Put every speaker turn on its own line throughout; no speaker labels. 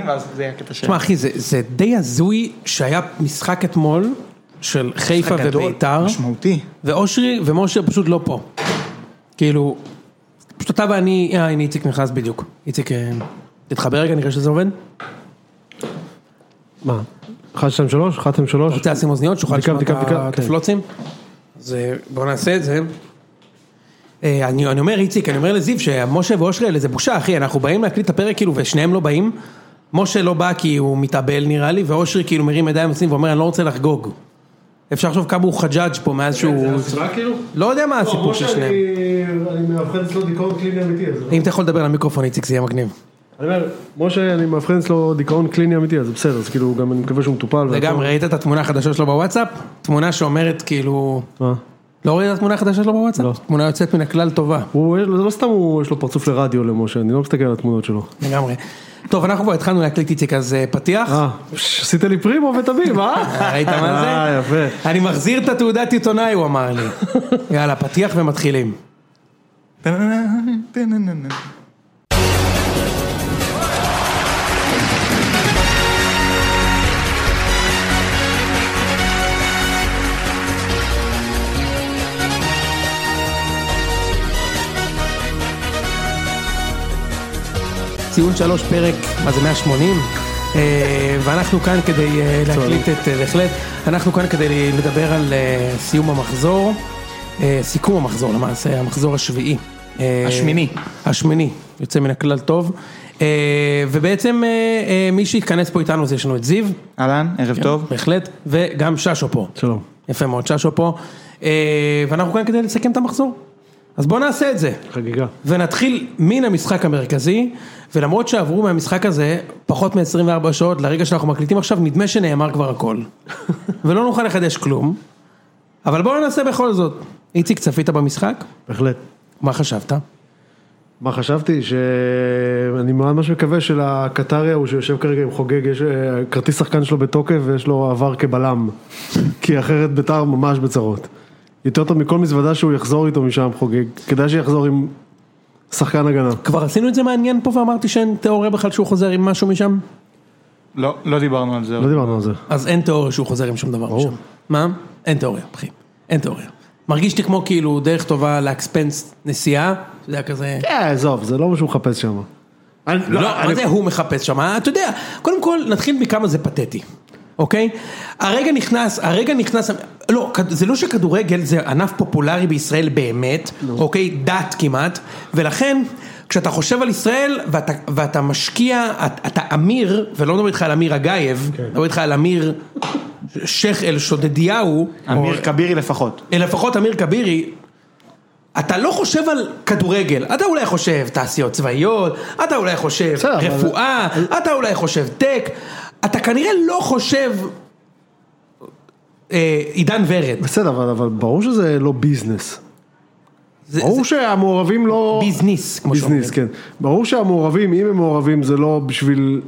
ואז זה היה קטע ש...
תשמע אחי, זה די הזוי שהיה משחק אתמול של חיפה וביתר,
משמעותי.
ואושרי ומשה פשוט לא פה. כאילו, פשוט אתה ואני, אה הנה איציק נכנס בדיוק. איציק, אה, תתחבר רגע, נראה שזה עובד.
מה? 1, 2, 3? 1, 2, 3?
רוצה לשים אוזניות, שנוכל
בדיקה,
לשמוע את
בדיקה, בדיקה, כן.
התפלוצים? אז אה, בואו נעשה את זה. אה, אני אני אומר, איציק, אני אומר לזיו שמשה ואושרי, זה בושה, אחי, אנחנו באים להקליט את הפרק כאילו, ושניהם לא באים. משה לא בא כי הוא מתאבל נראה לי, ואושרי כאילו מרים ידיים עצמי ואומר, אני לא רוצה לחגוג. אפשר לחשוב כמה הוא חג'אג' פה מאז שהוא...
כאילו?
לא יודע מה הסיפור של שניהם.
אני מאבחן אצלו דיכאון קליני אמיתי. אז-
אם אתה יכול לדבר למיקרופון, איציק, זה יהיה מגניב.
אני אומר, משה, אני מאבחן אצלו דיכאון קליני אמיתי, אז בסדר, אז כאילו, גם אני מקווה שהוא מטופל. והכל.
לגמרי, ראית את התמונה החדשה שלו בוואטסאפ? תמונה שאומרת כאילו...
מה?
לא ראית את התמונה החדשה שלו בוואטסאפ?
לא.
תמונה יוצאת מן הכלל טובה.
הוא, יש לו- זה לא סתם הוא- יש לו פרצוף לרדיו למשה, אני לא מסתכל על התמונות שלו.
לגמרי. טוב, אנחנו כבר התחלנו להקליט איציק, אז אה, פתיח.
אה, ש- עשית לי פרימו ותמים, אה?
ראית מה זה?
אה, יפה.
אני מחזיר את התעודת עיתונאי, הוא אמר לי. יאללה, פתיח ומתחילים. ציון שלוש פרק, מה זה 180? אה, ואנחנו כאן כדי אה, להקליט את, אה, בהחלט, אנחנו כאן כדי לדבר על אה, סיום המחזור, אה, סיכום המחזור למעשה, המחזור השביעי. אה,
השמיני.
השמיני, יוצא מן הכלל טוב. אה, ובעצם אה, אה, מי שהתכנס פה איתנו זה יש לנו את זיו,
אהלן, ערב
כן.
טוב.
בהחלט, וגם ששו פה.
שלום.
יפה מאוד, ששו פה. אה, ואנחנו כאן כדי לסכם את המחזור. אז בואו נעשה את זה.
חגיגה.
ונתחיל מן המשחק המרכזי, ולמרות שעברו מהמשחק הזה פחות מ-24 שעות לרגע שאנחנו מקליטים עכשיו, נדמה שנאמר כבר הכל. ולא נוכל לחדש כלום, אבל בואו ננסה בכל זאת. איציק, צפית במשחק?
בהחלט.
מה חשבת?
מה חשבתי? שאני ממש מקווה שלקטרי ההוא שיושב כרגע עם חוגג, יש אה, כרטיס שחקן שלו בתוקף ויש לו עבר כבלם. כי אחרת ביתר ממש בצרות. יותר טוב מכל מזוודה שהוא יחזור איתו משם חוגג. כדאי שיחזור עם שחקן הגנה.
כבר עשינו את זה מעניין פה ואמרתי שאין תיאוריה בכלל שהוא חוזר עם משהו משם?
לא, לא דיברנו על זה.
לא דיברנו על זה.
אז אין תיאוריה שהוא חוזר עם שום דבר משם. מה? אין תיאוריה, אחי. אין תיאוריה. מרגיש לי כמו כאילו דרך טובה לאקספנס נסיעה, זה היה כזה...
אה, עזוב, זה לא מה שהוא מחפש שם. אני-
לא, מה זה הוא מחפש שם? אתה יודע, קודם כל נתחיל מכמה זה פתטי, אוקיי? הרגע נכנס, הרגע נכנס, לא, כד- זה לא שכדורגל זה ענף פופולרי בישראל באמת, אוקיי? דת כמעט, ולכן כשאתה חושב על ישראל ואתה, ואתה משקיע, אתה, אתה אמיר, ולא מדבר איתך על אמיר אגייב, מדבר איתך על אמיר שייח אל שודדיהו,
אמיר כבירי לפחות.
אה, לפחות אמיר כבירי, אתה לא חושב על כדורגל, אתה אולי חושב תעשיות צבאיות, אתה אולי חושב
בסדר, אבל-
רפואה, אתה אולי חושב טק, אתה כנראה לא חושב אה, עידן ורד.
בסדר, אבל- אבל ברור שזה לא ביזנס.
זה-
ברור שהמעורבים לא...
ביזנס, כמו
ביזנס,
שאומרים.
כן. ברור שהמעורבים, אם הם מעורבים, זה לא בשביל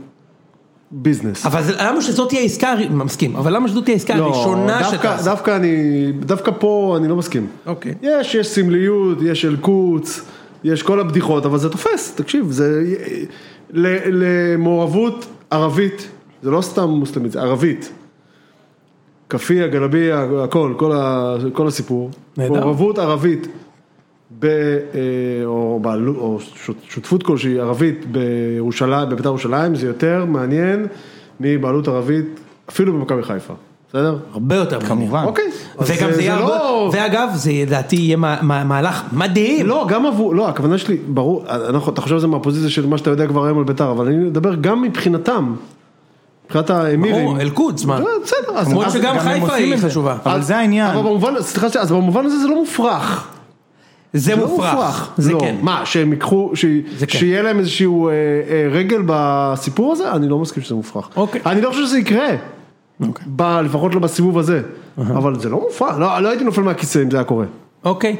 ביזנס.
אבל זה, למה שזאת תהיה העסקה, הר- מסכים, אבל למה שזאת תהיה העסקה הראשונה
לא, דווקא-
שאתה...
דווקא אני, דווקא פה אני לא מסכים.
אוקיי.
יש, יש סמליות, יש אלקוץ, יש כל הבדיחות, אבל זה תופס, תקשיב, זה... ל- למעורבות ערבית, זה לא סתם מוסלמית, זה ערבית. כאפיה, גלביה, הכל, כל, ה, כל הסיפור.
נהדר.
מעורבות ערבית, ב, אה, או, בעלו, או שות- שותפות כלשהי ערבית בירושלים, בבית"ר ירושלים, זה יותר מעניין מבעלות ערבית, אפילו במכבי חיפה, בסדר?
הרבה יותר מעניין.
כמובן.
אוקיי. אז
וגם זה יהיה הרבה...
לא...
ואגב, זה לדעתי יהיה מה- מה- מהלך מדהים.
לא, גם עבור, לא, הכוונה שלי, ברור, אנחנו, אתה חושב שזה מהפוזיציה של מה שאתה יודע כבר היום על בית"ר, אבל אני מדבר גם מבחינתם, מבחינת האמירים.
ברור, אל-קודס, מה?
לא, בסדר, אז...
למרות
אז-
שגם
גם הם
חיפה
עושים
היא
את זה.
חשובה.
אבל זה העניין.
אבל במובן, סליחה, שנייה, אז במובן הזה זה לא מופרך.
זה
לא
מופרך. זה
לא.
כן.
מה, שהם ייקחו, ש...
זה כן.
שיהיה להם איזשהו אה, אה, רגל בסיפור הזה? אני לא מסכים שזה מופרך.
אוקיי.
אני לא חושב שזה יקרה. ב... לפחות לא בסיבוב הזה. אבל זה לא מופרך, לא, לא הייתי נופל מהכיסא אם זה היה קורה.
אוקיי,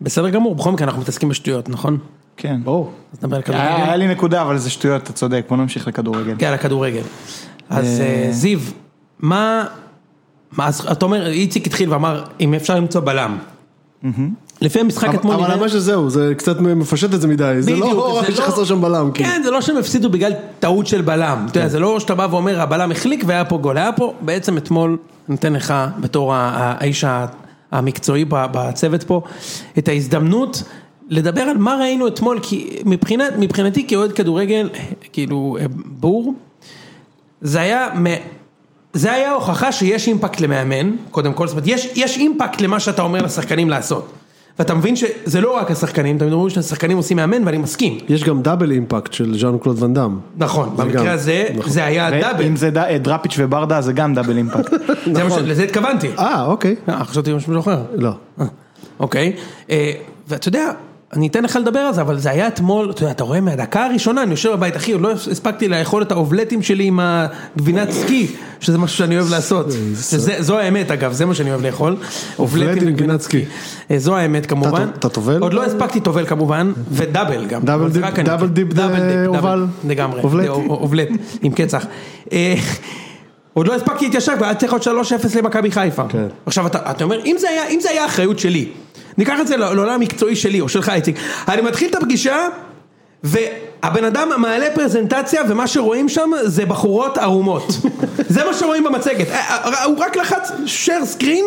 בסדר גמור, בכל מקרה אנחנו מתעסקים בשטויות, נכון?
כן.
ברור.
אז נדבר על
היה היה
אה,
כדורגל.
לי נקודה, אבל זה שטויות, אתה צודק. בוא נמשיך לכדורגל.
יאללה, כדורגל. אז אה, זיו, מה... מה- אז אתה אומר, איציק התחיל ואמר, אם אפשר למצוא בלם. לפי המשחק אתמול...
אבל
נראה-
הבעיה שזהו, זה קצת מפשט את זה מדי, זה
בדיוק,
לא רק שחסר שם בלם, כאילו.
כן, זה לא שהם הפסידו בגלל טעות של בלם. אתה יודע, זה לא שאתה בא ואומר, הבלם החליק והיה פה גול. היה פה, בעצם אתמול, נותן לך, בתור ה- ה- האיש ה- המקצועי ב- בצוות פה, את ההזדמנות לדבר על מה ראינו אתמול, כי מבחינת, מבחינתי כאוהד כדורגל, כאילו, בור, זה היה, מ... זה היה הוכחה שיש אימפקט למאמן, קודם כל, זאת אומרת, יש, יש אימפקט למה שאתה אומר לשחקנים לעשות. ואתה מבין שזה לא רק השחקנים, תמיד אומרים שהשחקנים עושים מאמן, ואני מסכים.
יש גם דאבל אימפקט של ז'אן קלוד ואן דאם.
נכון,
זה גם-
במקרה הזה, זה היה כן, דאבל,
אם זה ד- אה, דראפיץ' וברדה זה גם דאבל אימפקט.
זה מה ש- לזה התכוונתי.
נכון. אה, אוקיי.
אה, חשבתי משהו אחר.
לא.
אה, אוקיי, אה, ואתה יודע, אני אתן לך לדבר על זה, אבל זה היה אתמול, אתה יודע, אתה רואה מהדקה הראשונה, אני יושב בבית, אחי, עוד לא הספקתי לאכול את האובלטים שלי עם הגבינת סקי, שזה משהו שאני אוהב לעשות. שזה- זו האמת, אגב, זה מה שאני אוהב לאכול.
אובלטים
אובלטים
עם גבינת
וגבינת סקי. אה, זו האמת כמובן.
אתה טובל?
עוד לא הספקתי טובל כמובן, ודאבל גם.
דאבל
אבל זה
דיפ-
רק אני.
דאבל דיפ
דאבל דאבל,
אה, אובל.
לגמרי.
אובלט.
אובלט. אובלט, עם קצח. אה, עוד לא הספקתי להתיישב, והיה צריך עוד 3-0 למכבי חיפה.
כן.
עכשיו אתה, אתה אומר, אם זה, היה, אם זה היה אחריות שלי, ניקח את זה לא- לעולם המקצועי שלי, או שלך איציק, אני מתחיל את הפגישה, והבן אדם מעלה פרזנטציה, ומה שרואים שם זה בחורות ערומות. זה מה שרואים במצגת. אה, אה, הוא רק לחץ share screen,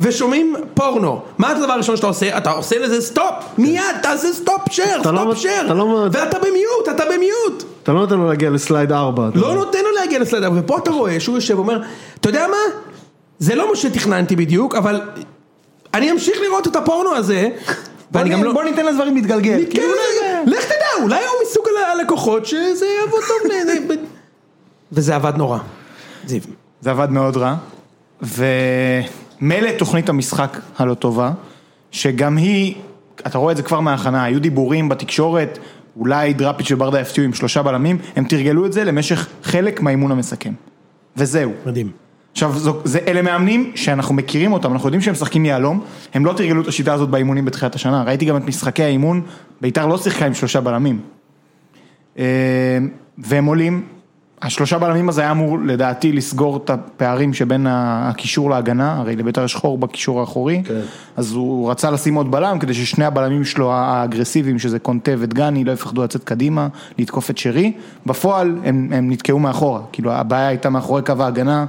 ושומעים פורנו. מה הדבר הראשון שאתה עושה? אתה עושה לזה סטופ, מיד, תעשה סטופ share,
אתה לא
סטופ
מת-
share,
אתה לא מת-
ואתה במיוט, אתה במיוט.
אתה לא נותן לו להגיע לסלייד 4.
לא נותן לו להגיע לסלדה, ופה אתה רואה שהוא יושב ואומר, אתה יודע מה? זה לא מה שתכננתי בדיוק, אבל אני אמשיך לראות את הפורנו הזה, ואני גם לא...
בוא ניתן לדברים להתגלגל.
כן,
כאילו,
אולי- לך תדע, אולי הוא מסוג ה- הלקוחות שזה יעבוד טוב. ל- ל- וזה עבד נורא. זיו.
זה עבד מאוד רע, ומילא תוכנית המשחק הלא טובה, שגם היא, אתה רואה את זה כבר מההכנה, היו דיבורים בתקשורת, אולי דראפיץ' וברדה יפתיעו עם שלושה בלמים, הם תרגלו את זה למשך חלק מהאימון המסכם. וזהו.
מדהים.
עכשיו, זו, זה, אלה מאמנים שאנחנו מכירים אותם, אנחנו יודעים שהם משחקים יהלום, הם לא תרגלו את השיטה הזאת באימונים בתחילת השנה, ראיתי גם את משחקי האימון, ביתר לא שיחקה עם שלושה בלמים. אה, והם עולים, השלושה בלמים הזה היה אמור לדעתי לסגור את הפערים שבין ה- הקישור להגנה, הרי לביתר יש חור בקישור האחורי, כן. אז הוא רצה לשים עוד בלם כדי ששני הבלמים שלו האגרסיביים, שזה קונטה ודגני, לא יפחדו לצאת קדימה, לתקוף את שרי, בפועל הם, הם נתקעו מאחורה, כאילו הבעיה הייתה מאחורי קו ההגנה,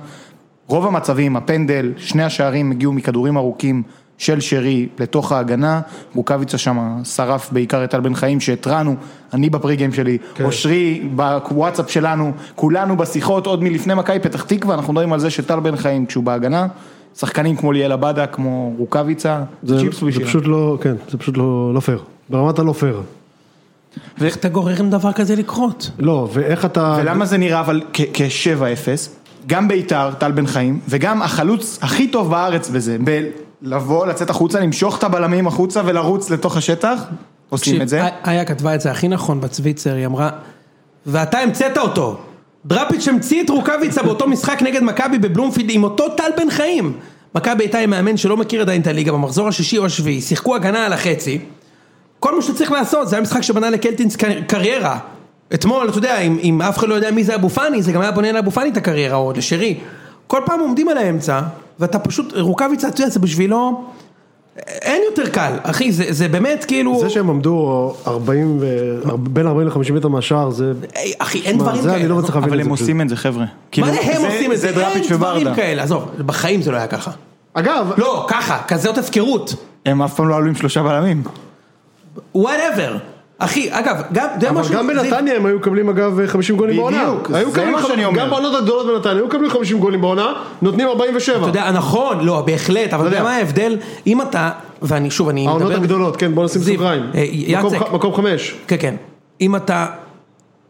רוב המצבים, הפנדל, שני השערים הגיעו מכדורים ארוכים של שרי לתוך ההגנה, רוקאביצה שם שרף בעיקר את טל בן חיים שהתרענו, אני בפרי גיים שלי, כן. אושרי בוואטסאפ שלנו, כולנו בשיחות עוד מלפני מכבי פתח תקווה, אנחנו מדברים על זה שטל בן חיים כשהוא בהגנה, שחקנים כמו ליאל עבדה, כמו רוקאביצה,
זה
צ'יפס
זה
בשבילם.
פשוט לא, כן, זה פשוט לא לא פייר. ברמת הלא פייר.
ואיך אתה גורר עם דבר כזה לקרות?
לא, ואיך אתה...
ולמה זה נראה אבל כ- כ-7-0, גם ביתר, טל בן חיים, וגם החלוץ הכי טוב בארץ בזה, בלבוא, לצאת החוצה, למשוך את הבלמים החוצה ולרוץ לתוך השטח, עושים את זה.
תקשיב, אה, איה כתבה את זה הכי נכון בצוויצר, היא אמרה, ואתה המצאת אותו. דראפיץ' המציא את רוקאביצה באותו משחק נגד מכבי בבלומפילד עם אותו טל בן חיים. מכבי הייתה עם מאמן שלא מכיר עדיין את הליגה במחזור השישי או השביעי, שיחקו הגנה על החצי. כל מה שצריך לעשות, זה היה משחק שבנה לקלטינס קר- קריירה. אתמול, אתה יודע, אם, אם אף אחד לא יודע מי זה אבו פאני, זה גם היה בונה לאבו פאני את הקריירה, או לשרי. כל פעם עומדים על האמצע, ואתה פשוט, רוקאביצה, אתה יודע, זה בשבילו... אין יותר קל, אחי, זה, זה באמת כאילו...
זה שהם עמדו 40 ו- בין 40 ל-50 מטר מהשער, זה...
היי, אה, אחי, אין
מה,
דברים
זה
כאלה.
אני לא
עזוב.
מצליח להבין
אבל
את
הם
זה. פשוט.
עושים את זה חבר'ה.
מה זה הם עושים את זה?
כאילו, זה דראפיץ'
אין דברים
וברדה.
כאלה, עזוב, בחיים זה לא היה ככה.
אגב,
לא, ככה, כזאת הפקרות.
הם אף פעם לא עלו עם שלושה בלמים.
וואטאבר. אחי, אגב, גם, אתה יודע
אבל
משהו?
גם
זה-
בנתניה הם היו מקבלים אגב 50 גולים
בדיוק,
בעונה.
זה
היו
מה
מקבלים
שאני
חמ-
אומר.
גם בעונות הגדולות בנתניה היו מקבלים 50 גולים בעונה, נותנים 47.
אתה יודע, נכון, לא, בהחלט, אבל אתה יודע
יודע.
מה ההבדל? אם אתה, ואני שוב, אני מדבר...
העונות הגדולות, כן, בוא נשים
זיו,
סוגריים.
אה, יצק.
מקום ח- מקום חמש.
כן, כן. אם אתה,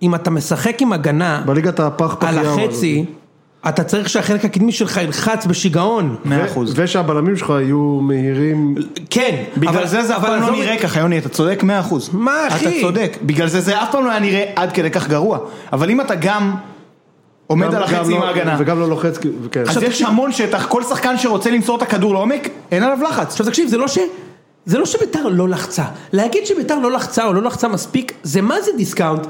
אם אתה משחק עם הגנה
בליגת הפח פח
על
ים
החצי, אתה צריך שהחלק הקדמי שלך ילחץ בשיגעון.
מאה
הזאת.
אחוז.
ו- ושהבלמים שלך יהיו מהירים.
כן,
בגלל
אבל-
זה זה אף
אבל
פעם לא
עזוב-
נראה ככה, יוני, אתה צודק מאה אחוז.
מה, אחי?
אתה צודק. בגלל זה זה אף פעם לא היה נראה עד כדי כך גרוע. אבל אם אתה גם עומד
גם-
על
גם
החצי עם
לא-
ההגנה,
וגם לא לוחץ, כי- כן.
אז יש המון שטח, כל שחקן שרוצה למסור את הכדור לעומק, אין עליו לחץ.
עכשיו תקשיב, זה לא ש... זה לא שביתר לא לחצה. להגיד שביתר לא לחצה או לא לחצה מספיק, זה מה זה דיסקאונט?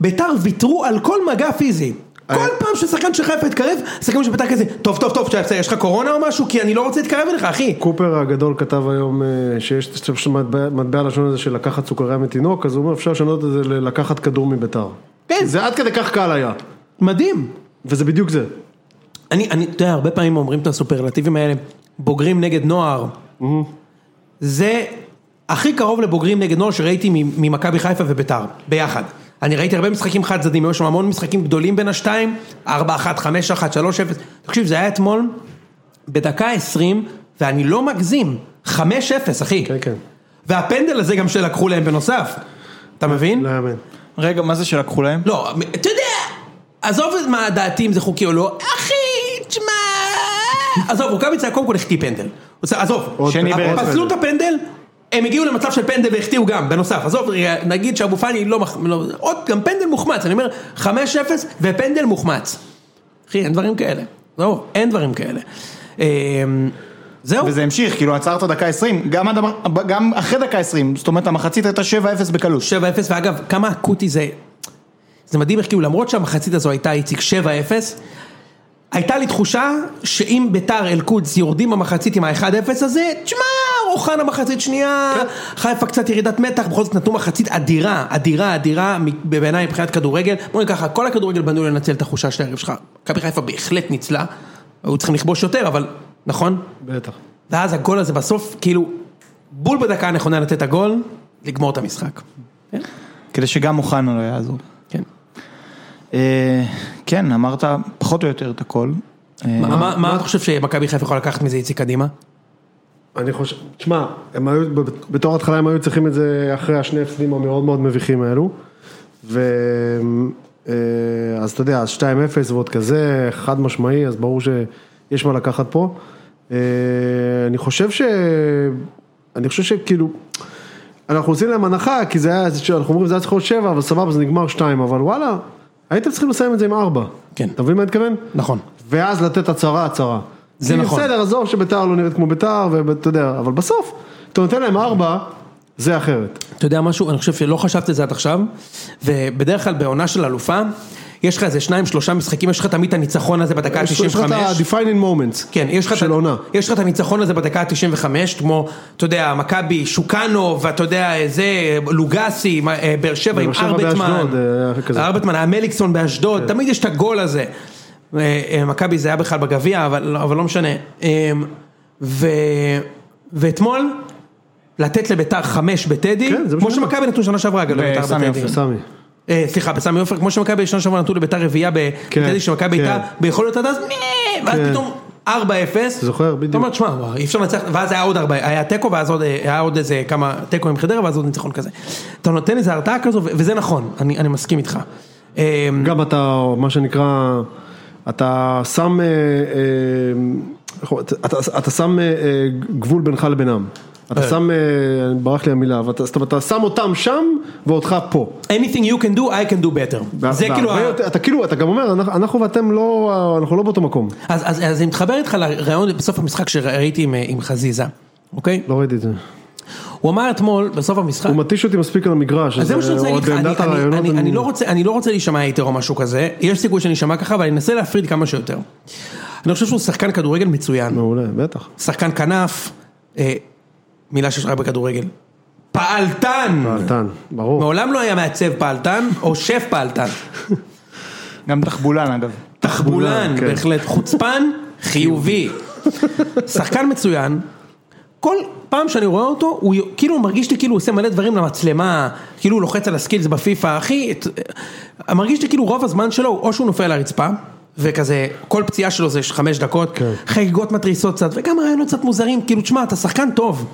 ביתר ויתרו על כל מגע פיזי. כל פעם ששחקן של חיפה התקרב, שחקן של בית"ר כזה, טוב, טוב, טוב, שי, יש לך קורונה או משהו? כי אני לא רוצה להתקרב אליך, אחי.
קופר הגדול כתב היום אה, שיש יש מטבע מטבע לשון הזה של לקחת סוכריה מתינוק, אז הוא אומר אפשר לשנות את זה ללקחת כדור מביתר.
כן.
זה עד כדי כך קל היה,
מדהים.
וזה בדיוק זה.
אני, אני, אתה יודע, הרבה פעמים אומרים את הסופרלטיבים האלה, בוגרים נגד נוער. זה הכי קרוב לבוגרים נגד נוער שראיתי מ- ממכבי חיפה וביתר, ביחד. אני ראיתי הרבה משחקים חד צדדים, היו שם המון משחקים גדולים בין השתיים, 4-1, 5-1, 3-0, תקשיב, זה היה אתמול בדקה 20, ואני לא מגזים, 5-0, אחי.
כן, כן.
והפנדל הזה גם שלקחו להם בנוסף, אתה מבין?
לא יאמן.
רגע, מה זה שלקחו להם?
לא, אתה יודע, עזוב את מה דעתי אם זה חוקי או לא, אחי, תשמע... עזוב, רוקאביצה קודם כל החטיא פנדל. הוא עשה- עזוב,
עוד
שני
פנדל.
ברצף.
פסלו את הפנדל, הם הגיעו למצב של פנדל והחטיאו גם, בנוסף, עזוב, רגע, נגיד שאבו פאני לא, מח- לא, עוד גם פנדל מוחמץ, אני אומר 5-0 ופנדל מוחמץ. אחי, אין דברים כאלה, לא, אין דברים כאלה. אמ, זהו,
וזה המשיך, כאילו עצרת דקה 20, גם, עד, המ- גם אחרי דקה 20, זאת אומרת המחצית הייתה 7-0 בקלות.
7-0, ואגב, כמה אקוטי זה, זה מדהים איך כאילו למרות שהמחצית הזו הייתה איציק 7-0, הייתה לי תחושה שאם ביתר אל-קודס יורדים במחצית עם ה-1-0 הזה, תשמע, אוחנה מחצית שנייה, חיפה קצת ירידת מתח, בכל זאת נתנו מחצית אדירה, אדירה, אדירה, מ- בעיניי מבחינת כדורגל. בואו נגיד ככה, כל הכדורגל בנו לנצל את החושה של הערב שלך. מכבי חיפה בהחלט ניצלה, היו צריכים לכבוש יותר, אבל נכון?
בטח.
ואז הגול הזה בסוף, כאילו, בול בדקה הנכונה לתת את הגול, לגמור את המשחק. כן?
כדי שגם אוחנה לא יעזור.
כן.
אה, כן, אמרת פחות או יותר את הכל. אה,
מה- מה מה אתה חושב שמכבי חיפה יכולה לקחת מזה איציק קדימה?
אני חושב, תשמע, הם היו, בתור התחלה הם היו צריכים את זה אחרי השני הפסדים המאוד מאוד מביכים האלו. ו... אה, אז אתה יודע, אז 2-0 ועוד כזה, חד משמעי, אז ברור שיש מה לקחת פה. אה, אני חושב ש... אני חושב שכאילו, אנחנו עושים להם הנחה, כי זה היה, אנחנו אומרים, זה היה צריך להיות 7, אבל סבבה, זה נגמר 2, אבל וואלה, הייתם צריכים לסיים את זה עם 4.
כן.
אתה מבין מה אני מתכוון?
נכון.
ואז לתת הצהרה הצהרה.
זה
כי
נכון.
בסדר, עזוב שביתר לא נראית כמו ביתר, ואתה יודע, אבל בסוף, אתה נותן להם ארבע, זה אחרת.
אתה יודע משהו? אני חושב שלא חשבת את זה עד עכשיו, ובדרך כלל בעונה של אלופה, יש לך איזה שניים, שלושה משחקים, יש לך תמיד את הניצחון הזה בדקה
יש יש לך את
ה-95.
ה-defining moments.
כן, יש לך, את-
של עונה.
יש לך את הניצחון הזה בדקה ה-95, כמו, אתה יודע, מכבי, שוקאנו, ואתה יודע, זה, לוגסי, מה, אה, באר שבע עם
באר שבע
ארבטמן,
באשדוד, אה, כזה. כן.
ארבטמן, המליקסון באשדוד, תמיד יש את הגול הזה. אה, אה, מכבי זה היה בכלל בגביע, אבל, אבל לא משנה. אה, ו, ואתמול, לתת לביתר חמש בטדי,
כן, זה מה
כמו
שאני אומר.
שמכבי נתנו שנה שעברה, אגב, לביתר
בסמי
בטדי.
עופר.
סמי.
אה, סליחה, בסמי עופר, כמו שמכבי שנה שעברה נתנו לביתר רביעייה
כן,
בטדי של מכבי
כן.
הייתה ביכולת עד אז, "נה", ואז
כן.
פתאום 4-0.
זוכר, בדיוק.
אתה אומר, תשמע, וואו, אי אפשר לנצח, ואז היה עוד ארבע, היה תיקו, ואז עוד, אה, היה עוד איזה כמה תיקו עם חדרה, ואז עוד ניצחון כזה. אתה נותן איזה הרתעה כזו, ו- וזה נכון, אני אני מסכים איתך. אה,
גם אתה, מה שנקרא, אתה שם, אה, אה, איך הוא- אתה- אתה- אתה שם אה, אה, גבול בינך לבינם. אתה
אה.
שם, אה, ברח לי המילה, אבל אתה- זאת אומרת, אתה שם אותם שם ואותך פה.
Anything you can do, I can do better. זה
וה-
כאילו,
והרבה
ה-
יותר- אתה כאילו, אתה גם אומר, "אנחנו- אנחנו ואתם לא, אנחנו לא באותו מקום.
אז- אז אז אני מתחבר איתך לרעיון בסוף המשחק שראיתי עם, אה, עם חזיזה, אוקיי?
לא ראיתי את זה.
הוא אמר אתמול, בסוף המשחק,
הוא מתיש אותי מספיק על המגרש, אה,
אז זה מה שאני רוצה
עוד
להגיד לך,
בעמדת
אני- אני-
הרעיונות
אני- אני לא רוצה- אני לא רוצה להישמע היתר או משהו כזה, יש סיכוי שאני אשמע ככה, אבל אני אנסה להפריד כמה שיותר. אני חושב שהוא שחקן כדורגל מצוין,
מעולה, בטח.
שחקן כנף, אה, מילה שיש לך בכדורגל, פעלתן,
פעלתן, ברור.
מעולם לא היה מעצב פעלתן, או שף פעלתן,
גם תחבולן אגב.
תחבולן,
כן.
בהחלט, חוצפן, חיובי, שחקן מצוין. כל פעם שאני רואה אותו, הוא י- כאילו מרגיש לי כאילו הוא עושה מלא דברים למצלמה, כאילו הוא לוחץ על הסקילס בפיפא, אחי, את- מרגיש לי כאילו רוב הזמן שלו, הוא או שהוא נופל לרצפה, וכזה, כל פציעה שלו זה חמש דקות,
כן.
חגיגות מתריסות קצת, וגם רעיונות קצת מוזרים, כאילו, תשמע, אתה שחקן טוב.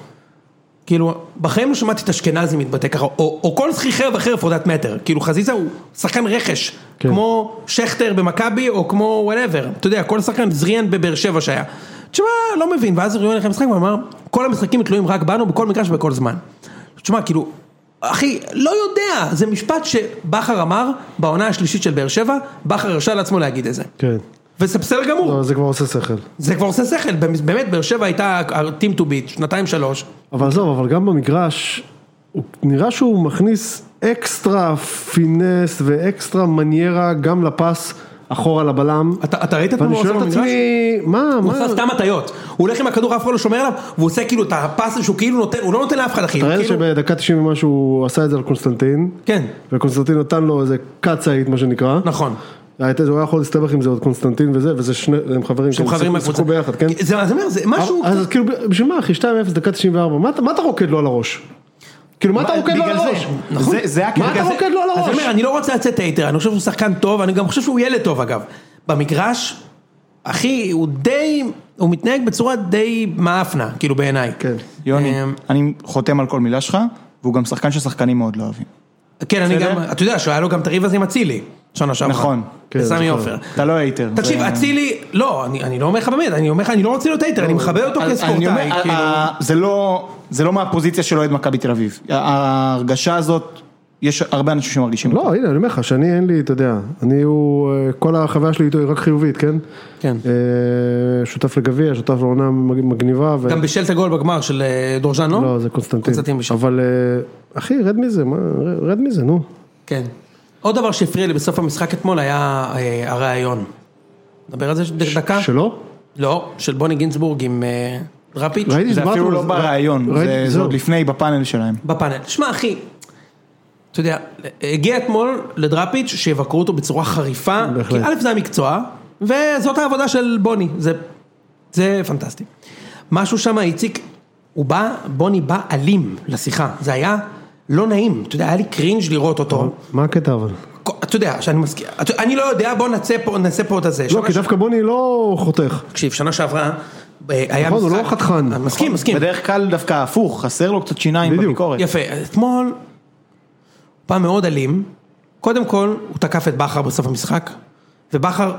כאילו, בחיים לא שמעתי את אשכנזי מתבטא ככה, או, או כל סחיחר אחר עבודת מטר, כאילו חזיזה הוא שחקן רכש, כן.
כן.
כמו שכטר במכבי, או כמו וואטאבר, אתה יודע, כל שחקן, זריאן בבאר שבע שהיה. תשמע, לא מבין, ואז הוא רואה לכם משחק ואמר, כל המשחקים תלויים רק בנו, בכל מגרש ובכל זמן. תשמע, כאילו, אחי, לא יודע, זה משפט שבכר אמר בעונה השלישית של באר שבע, בכר הרשה לעצמו להגיד את זה.
כן.
וזה בסדר גמור,
לא, זה כבר עושה שכל.
זה כבר עושה שכל, באמת, באר שבע הייתה ה-team to beat, שנתיים שלוש,
אבל עזוב, אבל גם במגרש, הוא- נראה שהוא מכניס אקסטרה פינס ואקסטרה מניירה גם לפס אחורה לבלם.
אתה אתה ראית את
ואני
מה הוא
שואל את
עושה במגרש?
עצמי, מה,
הוא
מה,
עושה סתם הטיות, הוא הולך עם הכדור אף אחד לא שומר עליו, והוא עושה כאילו את הפס שהוא כאילו נותן, הוא לא נותן לאף אחד אחי,
אתה ראית
כאילו-
שבדקה 90 ומשהו הוא עשה את זה על קונסטנטין,
כן,
וקונסטנטין נתן לו איזה קצאית מה שנקרא,
נכון,
הייתה- הוא היה יכול להסתבך עם זה עוד קונסטנטין וזה, וזה שני, הם חברים,
שהם
כן,
חברים
שיחקו- שיחקו ביחד, כן?
זה אז אני אומר, זה משהו,
אז אז כאילו, בשביל מה אחי, 2-0, דקה 94, מה אתה- מה אתה רוקד לו על הראש? כאילו, מה אתה רוקד לו על
בגלל זה.
הראש?
נכון.
זה- זה
מה
הקטע.
אתה רוקד לו על
אז אני
הראש?
אומר, אני לא רוצה לצאת היתר, אני חושב שהוא שחקן טוב, אני גם חושב שהוא ילד טוב אגב, במגרש, אחי, הוא די, הוא מתנהג בצורה די מאפנה, כאילו בעיניי,
כן.
יוני,
אמ,
אני חותם על כל מילה שלך, והוא גם שחקן ששחקנים מאוד לא אוהבים.
כן, אני
בסדר?
גם, אתה יודע שהיה לו גם את הריב הזה עם אצילי, שנה שעברה,
נכון.
כן,
וסמי
נכון.
עופר,
אתה לא הייטר.
תקשיב,
זה-
אצילי, לא, אני אני לא אומר לך באמת, אני אומר לך, אני לא רוצה להיות הייטר, אני מכבד אותו
אני
כספורטאי,
אומר,
לא כאילו.
ה- ה- זה לא, זה לא מהפוזיציה של אוהד מכבי תל אביב. ה- ההרגשה הזאת, יש הרבה אנשים שמרגישים אותה.
לא, הנה, אני אומר לך, שאני אין לי, אתה יודע, אני הוא, אה, כל החוויה שלי איתו היא רק חיובית, כן?
כן.
אה, שותף לגביע, שותף לעונה מג- מגניבה. ו-
גם בשל את הגול בגמר של אה, דורז'אן, לא?
כן. לא, זה קונסטנטין.
קונסטנטין בשל.
אבל אה, אחי, רד מזה, מה, ר- רד מזה, נו.
כן. עוד דבר שהפריע לי בסוף המשחק אתמול היה אה, הראיון. נדבר על זה ש- דקה?
שלא?
לא, של בוני גינצבורג עם אה, דראפיץ'.
ראיתי
זה
שדיברתם
אפילו
על
לא
זה.
ברעיון,
ראיתי-
זה- זה
זהו.
עוד לפני בפאנל שלהם.
בפאנל. שמע אחי, אתה יודע, הגיע אתמול לדראפיץ' שיבקרו אותו בצורה חריפה,
בהחלט.
כי א' זה המקצוע, וזאת העבודה של בוני, זה, זה פנטסטי. משהו שם, איציק, הוא בא, בוני בא אלים לשיחה, זה היה לא נעים, אתה יודע, היה לי קרינג' לראות אותו.
מה הקטע אבל?
אתה יודע, שאני מסכים, אתה- אני לא יודע, בוא נעשה פה, נעשה פה את הזה.
לא,
שנה
כי
ש-
דווקא בוני לא חותך.
תקשיב, שנה שעברה, אה, היה
נכון, הוא לא חתכן.
אה, מסכים, מסכים.
בדרך כלל דווקא הפוך, חסר לו קצת שיניים
בדיוק.
בביקורת.
יפה, אתמול, פעם מאוד אלים, קודם כל, הוא תקף את בכר בסוף המשחק, ובכר,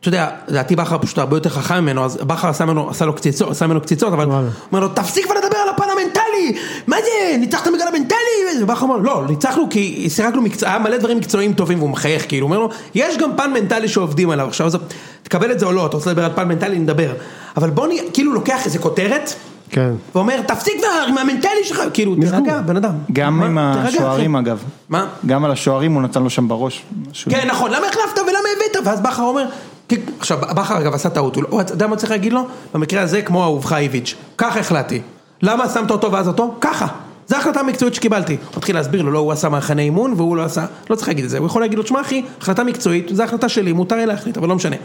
אתה יודע, לדעתי בכר פשוט הרבה יותר חכם ממנו, אז בכר עשה ממנו, עשה לו קציצות, עשה ממנו קציצות, אבל הוא
וואלה.
אומר לו, תפסיק כבר לדבר על הפן המנטלי, מה זה, ניצחת בגלל המנטלי, ובכר אמר, לו, לא, ניצחנו כי שיחקנו, מקצוע- היה מלא דברים מקצועיים טובים, והוא מחייך, כאילו, הוא אומר לו, יש גם פן מנטלי שעובדים עליו, עכשיו זה- תקבל את זה או לא, אתה רוצה לדבר על פן מנטלי, נדבר, אבל בוני, כאילו, לוקח איזה כותרת,
כן.
ואומר, תפסיק כבר עם המנטלי שלך, כאילו, תרגע, בן אדם.
גם
מה?
עם
תירגע, אחי.
השוערים אגב.
מה?
גם על השוערים הוא נתן לו שם בראש. משהו.
כן, נכון, למה החלפת ולמה הבאת? ואז בכר אומר, "כי-" עכשיו, בכר אגב עשה טעות, הוא לא- הוא- אתה יודע מה צריך להגיד לו? במקרה הזה, כמו אהובך איביץ', ככה החלטתי. למה שמת אותו ואז אותו? ככה. זו ההחלטה המקצועית שקיבלתי. הוא מתחיל להסביר לו, לא, הוא עשה מחנה אימון והוא לא עשה, לא צריך להגיד את זה. הוא יכול להגיד לו, שמע אחי, החלטה מקצועית, זו החלטה שלי, מותר לי להחליט, אבל לא משנה.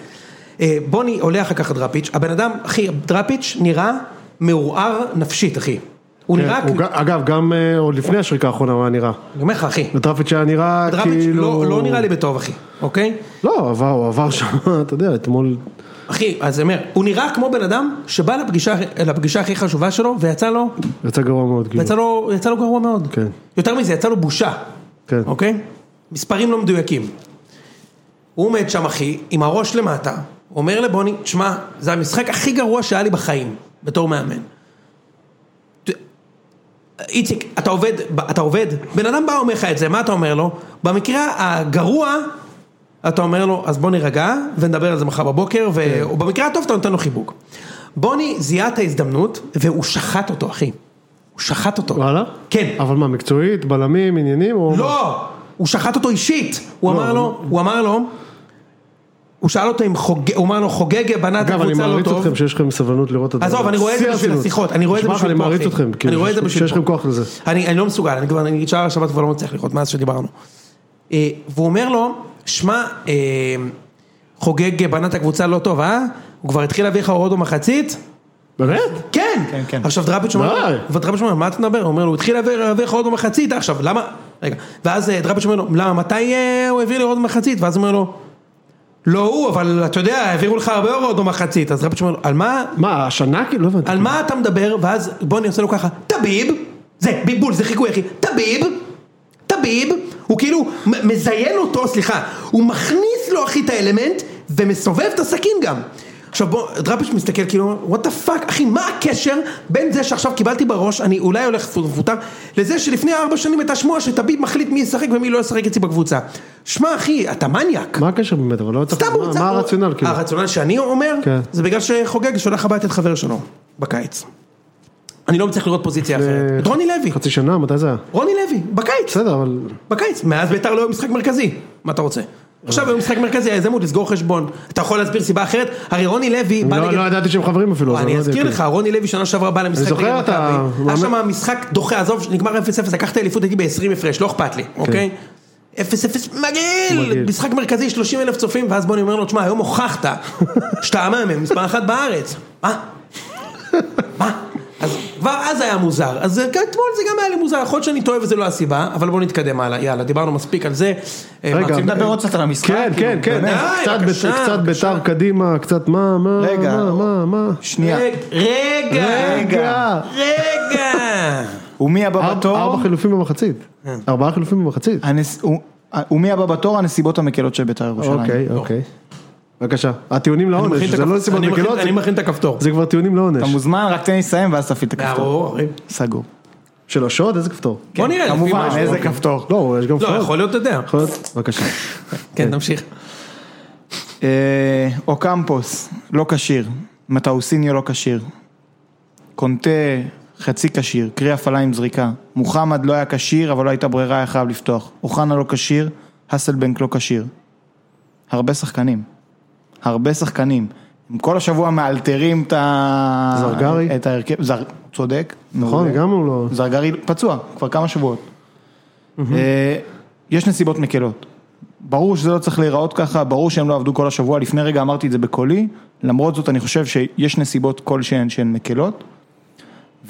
אה, בוני עולה אחר כך דראפיץ', הבן אדם, אחי, דראפיץ' נראה מעורער נפשית, אחי. הוא נראה,
כן, הוא
כאילו-
ג- אגב, גם אה, עוד לפני השריקה האחרונה הוא היה נראה.
אני אומר לך, אחי,
וטראפיץ' היה נראה
דראפיץ'
כאילו...
לא, לא נראה לי בטוב אחי, אוקיי?
לא, עבר, הוא עבר שם, אתה יודע, אתמול...
אחי, אז אני אומר, הוא נראה כמו בן אדם שבא לפגישה, לפגישה הכי חשובה שלו ויצא לו,
יצא גרוע מאוד, כאילו.
ויצא לו, יצא לו גרוע מאוד.
כן.
יותר מזה, יצא לו בושה,
כן.
אוקיי? מספרים לא מדויקים. הוא עומד שם אחי, עם הראש למטה, הוא אומר לבוני, תשמע, זה המשחק הכי גרוע שהיה לי בחיים, בתור מאמן. ת- איציק, אתה עובד, אתה עובד, בן אדם בא ואומר לך את זה, מה אתה אומר לו? במקרה הגרוע, אתה אומר לו, אז בוא נירגע ונדבר על זה מחר בבוקר,
כן.
ובמקרה הטוב אתה נותן לו חיבוק. בוני זיהה את ההזדמנות, והוא שחט אותו, אחי. הוא שחט אותו.
וואלה?
כן.
אבל מה, מקצועית, בלמים, עניינים? או...
לא! הוא שחט אותו אישית! הוא
לא,
אמר לו, הוא אמר לו, הוא שאל אותו אם חוגג, הוא אמר לו חוגגיה בנה את
אגב, אני
הקבוצה לא
מעריץ
טוב.
אתכם שיש לכם סבלנות לראות את
עזוב, אני רואה את
שיא
זה בשביל
הרצינות.
השיחות, אני רואה את זה
נשמע לך,
בשביל
אני
פה,
מעריץ
אחי.
אתכם, כאילו,
אני רואה את זה
שיש-
בשביל
שיש לכם
פה.
כוח לזה.
אני אני לא מסוגל, אני כבר, אני את שאר השבת כבר לא מצליח לראות מאז שדיברנו. אה, והוא אומר לו, שמע, אה, חוגג בנה את הקבוצה לא טוב, אה? הוא כבר התחיל להביא לך הוראות במחצית?
באמת?
כן!
כן, כן.
עכשיו דראפיץ' אומר,
די.
לו- ודראפיץ' אומר, מה אתה מדבר? הוא אומר לו, הוא התחיל להעביר- להעביר לך עוד במחצית, אה, עכשיו, למה? רגע. ואז אה, דראפיץ' אומר לו, למה, מתי אה, הוא העביר לי עוד במחצית? ואז הוא אומר לו, לא הוא, אבל אתה יודע, העבירו לך הרבה הוראות במחצית. אז דראפיץ' אומר לו, על מה,
מה, השנה כאילו? לא הבנתי.
על מה אתה מדבר? ואז בוני עושה לו ככה, תביב! זה, ביבול, זה חיקוי אחי, תביב! תביב! הוא כאילו מ- מזיין אותו, סליחה, הוא מכניס לו אחי את האלמנט ומסובב את הסכין גם. עכשיו בוא, דראפיץ' מסתכל כאילו, וואט דה פאק, אחי, מה הקשר בין זה שעכשיו קיבלתי בראש, אני אולי הולך מפוטר, לזה שלפני ארבע שנים הייתה שמועה שתביב מחליט מי ישחק ומי לא ישחק אצלי בקבוצה. שמע אחי, אתה מניאק.
מה הקשר באמת? אבל לא
סתם
הצלחתי,
הוא
מה-
רוצה...
מה הרציונל כאילו?
הרציונל שאני אומר,
כן.
זה בגלל שחוגג שולח הביתה את חבר שלו, בקיץ. אני לא מצליח לראות פוזיציה אחרת. את רוני לוי,
חצי שנה, מתי זה היה?
רוני לוי, בקיץ,
בסדר, אבל...
בקיץ. מאז ביתר לא היה משחק מרכזי, מה אתה רוצה?
אה.
עכשיו היום משחק מרכזי, היזמות, לסגור חשבון. אתה יכול להסביר סיבה אחרת? הרי רוני לוי בא
לא,
נגד...
לא ידעתי שהם חברים אפילו. אז
אני
לא יודע,
אזכיר
כאילו.
לך, רוני לוי שנה שעברה בא למשחק
אני זוכר
נגד
את ה-
מכבי. היה
מאמן-
שם משחק דוחה, עזוב, נגמר 0-0, לקחת אליפות, הייתי ב-20 הפרש, לא אכפת לי, אוקיי? 0-0 מגעיל,
כן. מגעיל.
משחק מרכזי, 30 אלף צופים, ואז בוני אומר לו, תשמע, היום הוכחת שאתה המאמן, מספר אחת בארץ. מה? מה? אז כבר אז היה מוזר, אז גם אתמול זה גם היה לי מוזר, יכול להיות שאני טועה וזה לא הסיבה, אבל בואו נתקדם הלאה, יאללה, דיברנו מספיק על זה. אה,
רגע,
מעצים-
אבל-
נדבר עוד קצת על המשחק.
כן,
כאילו,
כן, כן,
באמת.
די,
קצת בית-
בבקשה,
קצת
בבקשה.
ביתר קדימה, קצת מה, מה,
רגע.
מה, מה, מה.
שנייה.
רג- רגע,
רגע.
רגע.
ומי הבא
ארבע
בתור?
ארבע חילופים במחצית.
כן.
ארבעה חילופים במחצית.
אה,
הנס- הוא- ומי הבא בתור? הנסיבות המקלות של בית"ר ירושלים.
אוקיי, אוקיי. בבקשה. הטיעונים
לא. אני מכין
לעונש,
את
זה
הכפ-
לא נסיבות
אני מכין-
מקלות,
אני מכין את הכפתור.
זה כבר טיעונים לעונש.
אתה מוזמן, רק תן לי לסיים ואז תפעיל את הכפתור.
ברור.
סגור.
של השוד? איזה כפתור? כן. אה,
בוא נראה. לפי
כמובן,
משהו.
איזה כפתור.
לא, יש גם
לא,
פרעות.
יכול להיות, אתה יודע.
יכול להיות? בבקשה.
כן, תמשיך.
אה, אוקמפוס, לא כשיר. מטאוסיניו לא כשיר. קונטה, חצי כשיר. קרי הפעלה עם זריקה. מוחמד לא היה כשיר, אבל לא הייתה ברירה, היה חייב לפתוח. אוחנה לא כשיר, האסלבנק לא כשיר. הרבה שחקנים. הרבה שחקנים. הם כל השבוע מאלתרים את ה...
זרגרי?
את ההרכב. זר... צודק.
נכון,
מעולה.
גם הוא לא...
זרגרי פצוע כבר כמה שבועות. אה, יש נסיבות מקלות. ברור שזה לא צריך להיראות ככה, ברור שהם לא עבדו כל השבוע, לפני רגע אמרתי את זה בקולי, למרות זאת אני חושב שיש נסיבות כלשהן שהן מקלות,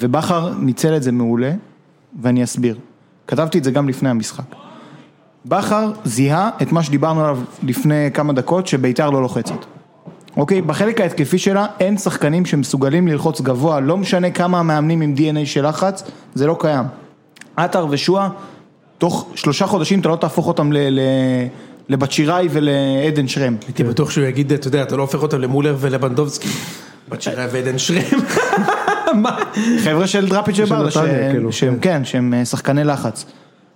ובכר ניצל את זה מעולה, ואני אסביר. כתבתי את זה גם לפני המשחק. בכר זיהה את מה שדיברנו עליו לפני כמה דקות, שביתר לא לוחצת. אוקיי, בחלק ההתקפי שלה אין שחקנים שמסוגלים ללחוץ גבוה, לא משנה כמה המאמנים עם DNA של לחץ, זה לא קיים. עטר ושועה, תוך שלושה חודשים אתה לא תהפוך אותם ל- ל- לבת שיראי ולעדן שרם.
הייתי בטוח שהוא יגיד, אתה יודע, אתה לא הופך אותם למולר ולבנדובסקי. בת שירה ועדן שרם. מה?
חבר'ה של דראפיץ' וברדה,
נתניה,
שהם-
כאילו,
שהם כן, שהם אה, שחקני לחץ.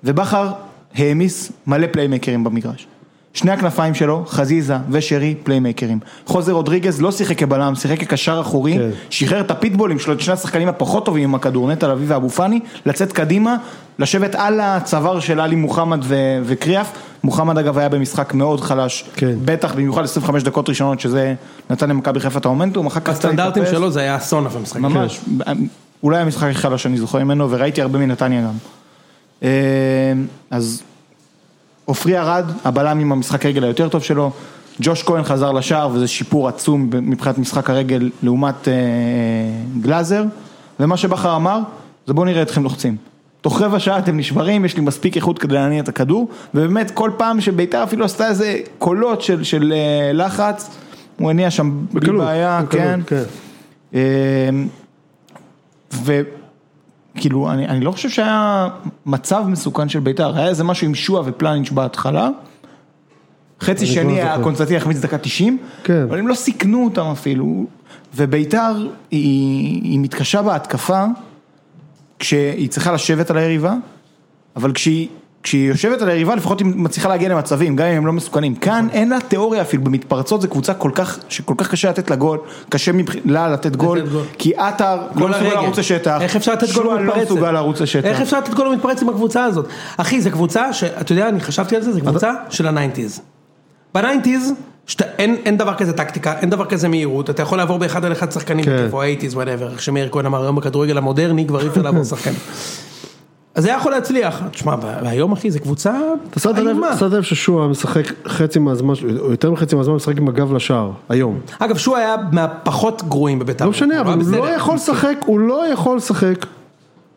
ובכר העמיס מלא פליימקרים במגרש. שני הכנפיים שלו, חזיזה ושרי, פליימקרים. חוזר רודריגז לא שיחק כבלם, שיחק כקשר אחורי,
כן.
שחרר את הפיטבולים שלו, את שני השחקנים הפחות טובים עם הכדור, נטע לביא ואבו פאני, לצאת קדימה, לשבת על הצוואר של עלי מוחמד ו- וקריאף. מוחמד אגב היה במשחק מאוד חלש,
כן.
בטח במיוחד 25 דקות ראשונות, שזה נתן למכבי חיפה את האומנטום, אחר כך... קצת
הסטנדרטים
התאפס.
שלו זה היה אסון אף המשחק.
ממש, כן, אה, אולי המשחק הכי חלש שאני זוכר ממנו, וראיתי הרבה מנתניה גם. אה, אז עופרי ארד, הבלם עם המשחק רגל היותר טוב שלו, ג'וש כהן חזר לשער, וזה שיפור עצום מבחינת משחק הרגל לעומת אה, גלאזר, ומה שבכר אמר, זה בואו נראה אתכם לוחצים. תוך רבע שעה אתם נשברים, יש לי מספיק איכות כדי להניע את הכדור, ובאמת כל פעם שביתר אפילו עשתה איזה קולות של, של אה, לחץ, הוא הניע שם בלי
בקלות,
בעיה,
בקלות,
כן. אמ, וכאילו, אני, אני לא חושב שהיה מצב מסוכן של בית"ר, היה איזה משהו עם שועה ופלניץ' בהתחלה. חצי
כבר לא
שני היה
זוכר.
קונצטי החמיץ דקה 90,
כן.
אבל הם לא סיכנו אותם אפילו, ובית"ר היא, היא מתקשה בהתקפה כשהיא צריכה לשבת על היריבה, אבל כשהיא, כשהיא יושבת על היריבה לפחות היא מצליחה להגיע למצבים, גם אם הם לא מסוכנים. כאן
נכון.
אין לה תיאוריה אפילו, במתפרצות זו קבוצה כל כך, שכל כך קשה לתת לה גול, קשה מבח- לה לתת גול,
לתת גול.
כי עטר לא
גול
מסוגל
הרגל.
לרוץ לשטח,
איך אפשר לתת גול
שועה
במתפרצת?
לא מסוגל לרוץ
איך
לשטח.
אפשר לתת גול במתפרצת עם הקבוצה הזאת? אחי, זו קבוצה, ש- אתה יודע, אני חשבתי על זה, זו קבוצה של הניינטיז. בניינטיז, שאתה- אין אין דבר כזה טקטיקה, אין דבר כזה מהירות, אתה יכול לעבור באחד על אחד שחקנים,
כן.
איפה האייטיז, וואטאבר, איך שמאיר כהן אמר, היום בכדורגל המודרני כבר אי אפשר לעבור שחקנים. אז זה היה יכול להצליח, תשמע, והיום אחי, זו קבוצה
אתה שמת לב-
איומה.
שמת לב ששועה משחק חצי מהזמן, שלו- או יותר מחצי מהזמן משחק עם הגב לשער, היום.
אגב, שהוא היה מהפחות גרועים בבית"ר.
לא משנה, אבל הוא לא
בסדר.
יכול לשחק, הוא לא יכול לשחק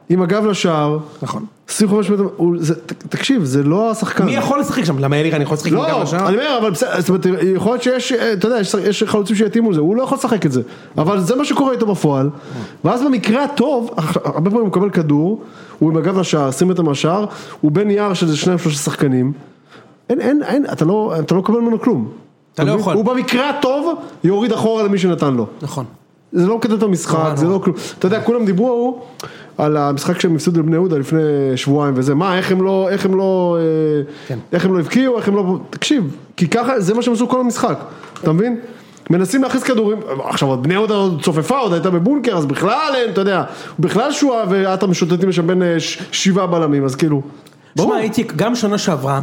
עם הגב לשער.
נכון.
שיחו משמעות, הוא- זה- ת- תקשיב, זה לא השחקן.
מי יכול לשחק שם? למה אלירן יכול לשחק עם הגב
לא,
לשער?
אני אומר, אבל בסדר, זאת אומרת, יכול להיות שיש, אה, אתה יודע, יש- יש חלוצים שיתאימו לזה, הוא לא יכול לשחק את זה, אבל זה מה שקורה איתו בפועל, ואז במקרה הטוב, עכשיו, הרבה פעמים הוא מקבל כדור, הוא עם הגב לשער, 20 מטר מהשער, הוא בין יער של איזה שניים שלושה שחקנים, אין, אין, אין, אתה לא, אתה לא מקבל ממנו כלום.
אתה לא
מבין?
יכול.
הוא במקרה הטוב יוריד אחורה למי שנתן לו.
נכון.
זה לא מקדם את המשחק,
נורא,
זה
נורא.
לא כלום. אתה יודע, כולם דיברו ההוא על המשחק שהם הפסידו לבני יהודה לפני שבועיים וזה, מה, איך הם לא, איך הם לא, אה,
כן.
איך הם לא הבקיעו, איך הם לא, תקשיב, כי ככה, זה מה שהם עשו כל המשחק, אתה מבין? מנסים להכניס כדורים, עכשיו עוד בני יהודה עוד צופפה, עוד הייתה בבונקר, אז בכלל אין, אתה יודע, בכלל שועה ועטר משוטטים שם בין אה, ש- שבעה בלמים, אז כאילו,
ברור. שמע, איציק, גם שנה שעברה,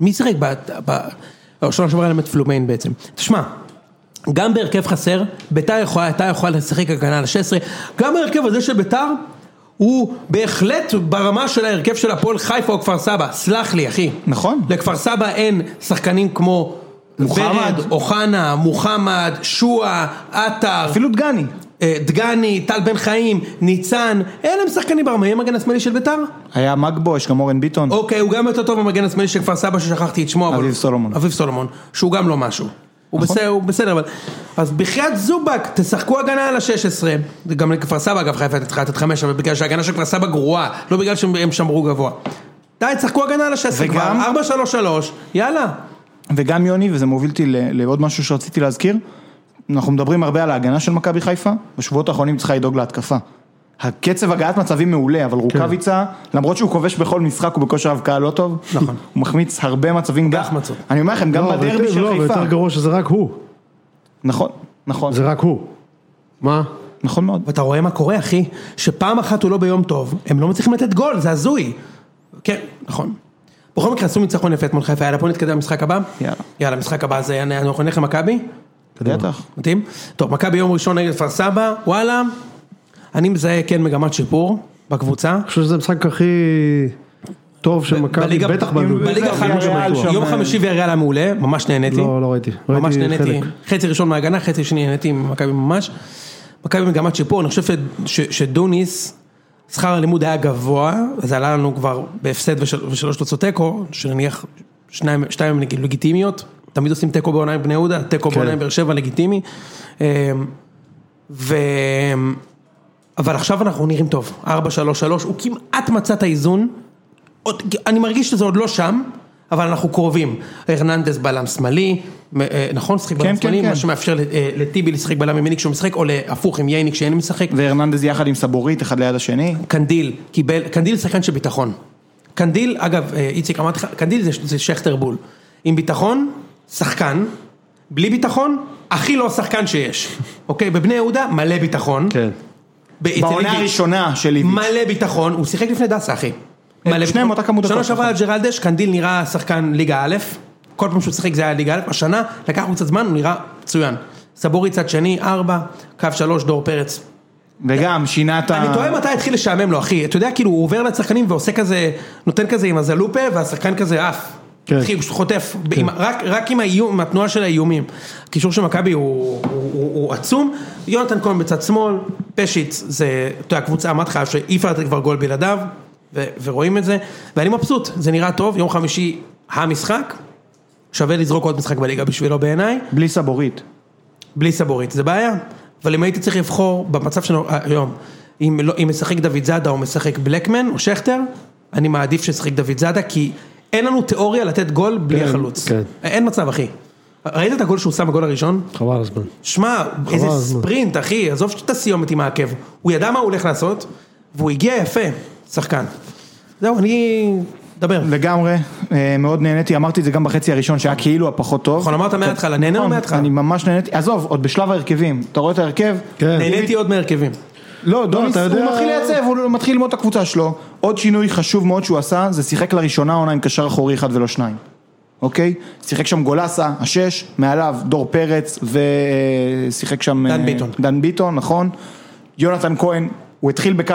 מי שיחק ב... ב... לא, שנה שעברה היה להם את פלומיין בעצם. תשמע, גם בהרכב חסר, ביתר יכולה, הייתה יכולה לשחק הגנה על 16, גם ההרכב הזה של ביתר, הוא בהחלט ברמה של ההרכב של הפועל חיפה או כפר סבא, סלח לי אחי.
נכון.
לכפר סבא אין שחקנים כמו...
מוחמד.
ורד, אוחנה, מוחמד, שועה, עטר.
אפילו דגני.
אה, דגני, טל בן חיים, ניצן, אלה הם שחקנים ברמה, מי המגן השמאלי של ביתר?
היה מגבו, יש גם אורן ביטון.
אוקיי, הוא גם יותר טוב במגן השמאלי של כפר סבא ששכחתי את שמו, אבל...
אביב סולומון. נכון.
אביב סולומון, שהוא גם לא משהו. הוא בסדר, הוא בסדר, אבל... אז בחייאת זובק, תשחקו הגנה על ה-16. גם לכפר סבא, אגב, חיפה הייתה צריכה לתת חמש, אבל בגלל שההגנה של כפר סבא גרועה, לא בגלל שהם שמרו גבוה. די, תשחקו הגנה על ה-16 כבר,
וגם-
4-3-3, יאללה.
וגם יוני, וזה מוביל אותי ל- לעוד משהו שרציתי להזכיר, אנחנו מדברים הרבה על ההגנה של מכבי חיפה, בשבועות האחרונים צריכה לדאוג להתקפה. הקצב הגעת מצבים מעולה,
כן.
אבל רוקאביצה, למרות שהוא כובש בכל משחק, הוא בכושר הבקעה לא טוב,
נכון.
הוא מחמיץ הרבה מצבים, גם,
החמצות.
אני אומר לכם, גם
לא, אבל
בדרבי
יותר-
של
לא, אבל
חיפה,
יותר גרוע שזה רק הוא.
נכון, נכון,
זה רק הוא. מה?
נכון מאוד,
ואתה רואה מה קורה, אחי, שפעם אחת הוא לא ביום טוב, הם לא מצליחים לתת גול, זה הזוי. כן, נכון. בכל מקרה, עשו ניצחון יפה אתמול חיפה, יאללה, בוא נתקדם למשחק הבא.
יאללה.
יאללה, המשחק הבא זה, אני- אנחנו נלך למכבי,
בטח.
מתאים? טוב, מכבי יום ראשון נגד כפר סבא, וואלה, אני מזהה כן מגמת שיפור בקבוצה.
אני חושב שזה המשחק הכי טוב של מכבי,
בליגה-
בטח בנו.
בליגה
בטוח. ויאריאל
חמישי,
שם-
יום חמישי ויאריאל היה מעולה, ממש נהניתי.
אה, לא, לא ראיתי.
ממש
ראיתי
נהניתי,
חלק.
חצי ראשון מההגנה, חצי שני נהניתי ממכבי ממש. מכבי מגמת שיפור, אני חושב ש- ש- שדוניס, שכר הלימוד היה גבוה, זה עלה לנו כבר בהפסד ושל- ושלוש תוצאות תיקו, שנניח שניים שתיים הן כאילו לגיטימיות, תמיד עושים תיקו בעונה עם בני יהודה, תיקו
כן.
בעונה עם באר שבע לגיטימי. אמ, ו... אבל עכשיו אנחנו נראים טוב, 4-3-3, הוא כמעט מצא את האיזון, עוד, אני מרגיש שזה עוד לא שם, אבל אנחנו קרובים. הרננדז בלם שמאלי, מ- אה, נכון? שחק בלם
כן,
שמאלי,
כן.
מה שמאפשר לת- אה, לטיבי לשחק בלם ימיני כשהוא משחק, או להפוך עם ייני כשאין משחק.
והרננדז יחד עם סבורית, אחד ליד השני,
קנדיל קיבל, קנדיל שחקן של ביטחון. קנדיל, אגב, אה, איציק אמרתי לך, קנדיל זה, זה שכטר בול. עם ביטחון, שחקן, בלי ביטחון, הכי לא שחקן שיש. אוקיי, בבני יהודה, מלא ביטחון.
כן.
באצל
בעונה
איביץ',
הראשונה של איביץ'.
מלא ביטחון, הוא שיחק לפני דסה אחי. מלא ביטחון.
אותה כמות
שנה
דקות,
שעברה על ג'רלדש, קנדיל נראה שחקן ליגה א', כל פעם שהוא שיחק זה היה ליגה א', השנה לקח לו קצת זמן, הוא נראה מצוין. סבורי צד שני, ארבע, קו שלוש, דור פרץ.
וגם שינה את ה...
אני תוהה מתי התחיל לשעמם לו אחי, אתה יודע כאילו הוא עובר לשחקנים ועושה כזה, נותן כזה עם הזלופה והשחקן כזה עף.
כן.
אחי, הוא פשוט חוטף, עם, רק, רק עם האיום, עם התנועה של האיומים. הקישור של מכבי הוא, הוא, הוא, הוא עצום, יונתן כהן בצד שמאל, פשיץ זה, אתה יודע, הקבוצה אמרתי לך שאי אפשר לתת כבר גול בלעדיו, ו, ורואים את זה, ואני מבסוט, זה נראה טוב, יום חמישי המשחק, שווה לזרוק עוד משחק בליגה בשבילו בעיניי,
בלי סבורית.
בלי סבורית, זה בעיה. אבל אם הייתי צריך לבחור במצב שלנו היום, אם, לא, אם משחק דוד זאדה או משחק בלקמן או שכטר, אני מעדיף שישחק דוד זאדה, כי אין לנו תיאוריה לתת גול בלי
כן,
החלוץ.
כן.
אין מצב, אחי. ראית את הגול שהוא שם בגול הראשון?
חבל הזמן.
שמע, איזה
הזמן.
ספרינט, אחי, עזוב שאת הסיומת עם העקב. הוא ידע מה הוא הולך לעשות, והוא הגיע יפה, שחקן. זהו, אני... דבר.
לגמרי, אה, מאוד נהניתי, אמרתי את זה גם בחצי הראשון שהיה כאילו הפחות טוב.
נכון,
כן.
אמרת מההתחלה, נהנינו
נכון,
מההתחלה.
אני ממש נהניתי, עזוב, עוד בשלב ההרכבים, אתה רואה את ההרכב?
כן.
נהניתי עוד מהרכבים.
לא, דוניס,
אתה
הוא
יודע-
מתחיל לייצב, הוא מתחיל ללמוד את הקבוצה שלו. עוד שינוי חשוב מאוד שהוא עשה, זה שיחק לראשונה עונה עם קשר אחורי אחד ולא שניים. אוקיי? שיחק שם גולסה, השש, מעליו דור פרץ, ושיחק שם...
דן
אה,
ביטון.
דן ביטון, נכון. יונתן כהן, הוא התחיל בקו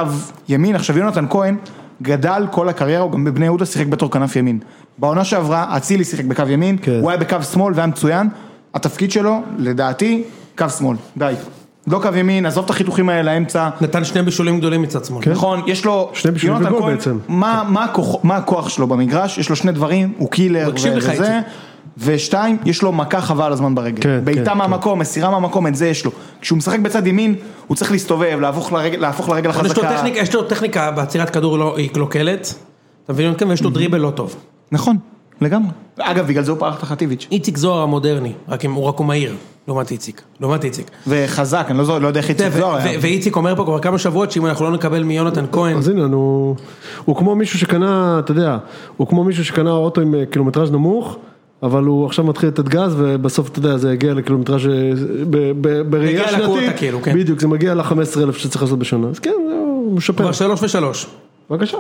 ימין, עכשיו יונתן כהן גדל כל הקריירה, הוא גם בבני יהודה שיחק בתור כנף ימין. בעונה שעברה, אצילי שיחק בקו ימין,
כן.
הוא היה בקו שמאל והיה מצוין, התפקיד שלו, לדעתי, קו שמאל, די. לא קו ימין, עזוב את החיתוכים האלה לאמצע,
נתן שני בישולים גדולים מצד שמאל.
כן?
נכון, יש לו,
שני בישולים
יונתן
וגול
כהן,
בעצם.
מה, מה, הכוח, מה הכוח שלו במגרש, יש לו שני דברים, הוא קילר
הוא מקשיב לך,
וזה,
איציק.
ושתיים, יש לו מכה חבל על הזמן ברגל,
כן,
בעיטה
כן,
מהמקום, מסירה מהמקום, את זה יש לו, כשהוא משחק בצד ימין, הוא צריך להסתובב, להפוך לרגל, להפוך לרגל
אבל יש לו
החזקה,
טכניקה, יש לו טכניקה בעצירת כדור לא, היא קלוקלת, אתה מבין? כן, ויש לו דריבל לא טוב.
נכון, לגמרי, אגב בגלל זה הוא פרח תחת איביץ',
איציק זוהר המודרני, רק אם הוא רק הוא מהיר, לעומת איציק, לעומת איציק.
וחזק, אני לא, זו- לא יודע איך
ו-
איציק זוהר
ו-
היה,
ואיציק אומר פה כבר כמה שבועות שאם אנחנו לא נקבל מיונתן כהן,
אז הנה, נו, הוא כמו מישהו שקנה, אתה יודע, הוא כמו מישהו שקנה אוטו עם אה, קילומטראז' נמוך, אבל הוא עכשיו מתחיל לתת גז, ובסוף, אתה יודע, זה יגיע לקילומטראז' אה, ב- ב- בראייה
מגיע
שנתית.
לקווטה, כאילו, כן.
בדיוק, זה מגיע ל-15,000 שצריך לעשות בשנה. אז כן, זה הוא משפר.
כבר שלוש ושלוש.
בבקשה.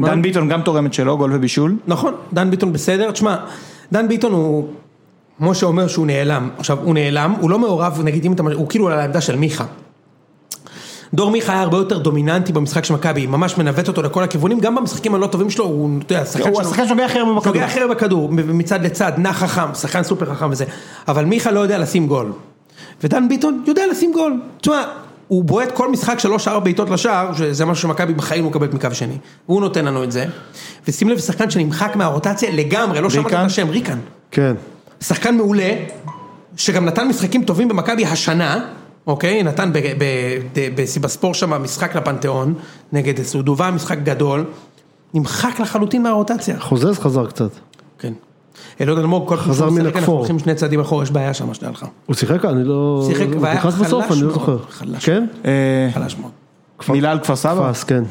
דן ביטון גם תורם את שלו, גול ובישול,
נכון, דן ביטון בסדר, תשמע, דן ביטון הוא, משה אומר שהוא נעלם. עכשיו, הוא נעלם, הוא לא מעורב, נגיד אם אתה... הוא כאילו על העמדה של מיכה. דור מיכה היה הרבה יותר דומיננטי במשחק של מכבי, ממש מנווט אותו לכל הכיוונים, גם במשחקים הלא טובים שלו, הוא, אתה יודע, שחקן
הוא השחקן שנוגע הכי הרבה בכדור.
נוגע הכי הרבה בכדור, מצד לצד, נע חכם, שחקן סופר חכם וזה, אבל מיכה לא יודע לשים גול. ודן ביטון יודע לשים גול. תשמע, הוא בועט כל משחק שלוש-ארבע בעיטות לשער, שזה משהו שמכבי בחיים לא מקבלת מקו שני. הוא נותן לנו את זה. ושים לב, שחקן שנמחק מהרוטציה לגמרי, לא שמעת את
ריקן?
השם, ריקן.
כן.
שחקן מעולה, שגם נתן משחקים טובים במכבי השנה, אוקיי? נתן ב- ב- ב- בסיבספור שם משחק לפנתיאון, נגד סודובה, משחק גדול. נמחק לחלוטין מהרוטציה.
חוזז חזר קצת.
כן. אלעד אלמוג, כל פעם
חזר
שהוא משחק,
מן
אנחנו
הכפור.
הולכים שני צעדים אחורה, יש בעיה שם, שתדע לך.
הוא שיחק? אני לא...
שיחק,
הוא
והיה
נכנס
חלש
בסוף, אני לא
מאוד,
זוכר.
חלש.
כן?
אה,
חלש מאוד.
מילה על כפר סבא?
פס, כן.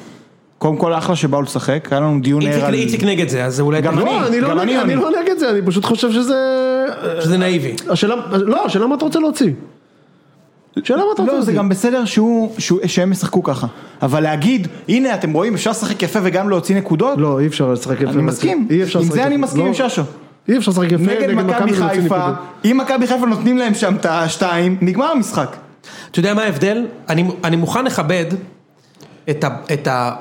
קודם כל אחלה שבאו לשחק, היה לנו דיון ער
איציק-
על...
איציק נגד זה, אז אולי...
גם
אתה-
אני,
לא, אני
גם
לא
אני,
נגד- אני
אני.
לא נגד זה, אני פשוט חושב שזה...
שזה נאיבי.
השאלה... לא, השאלה מה אתה רוצה להוציא. שאלה מה אתה
לא, זה
רוצה להוציא.
גם בסדר שהוא, שהוא, שהם ישחקו ככה. אבל להגיד, הנה אתם רואים, אפשר לשחק יפה וגם להוציא נקודות,
לא, אי אפשר לשחק יפה.
אני מסכים.
אי אפשר
עם
לשחק
זה אני
יפה.
מסכים עם
לא.
ששו.
אי אפשר לשחק יפה
נגד מכבי
ולהוציא
חיפה,
נקודות.
אם מכבי חיפה נותנים להם שם את השתיים, נגמר המשחק.
אתה יודע מה ההבדל? אני- אני מוכן לכבד את ה... את ה-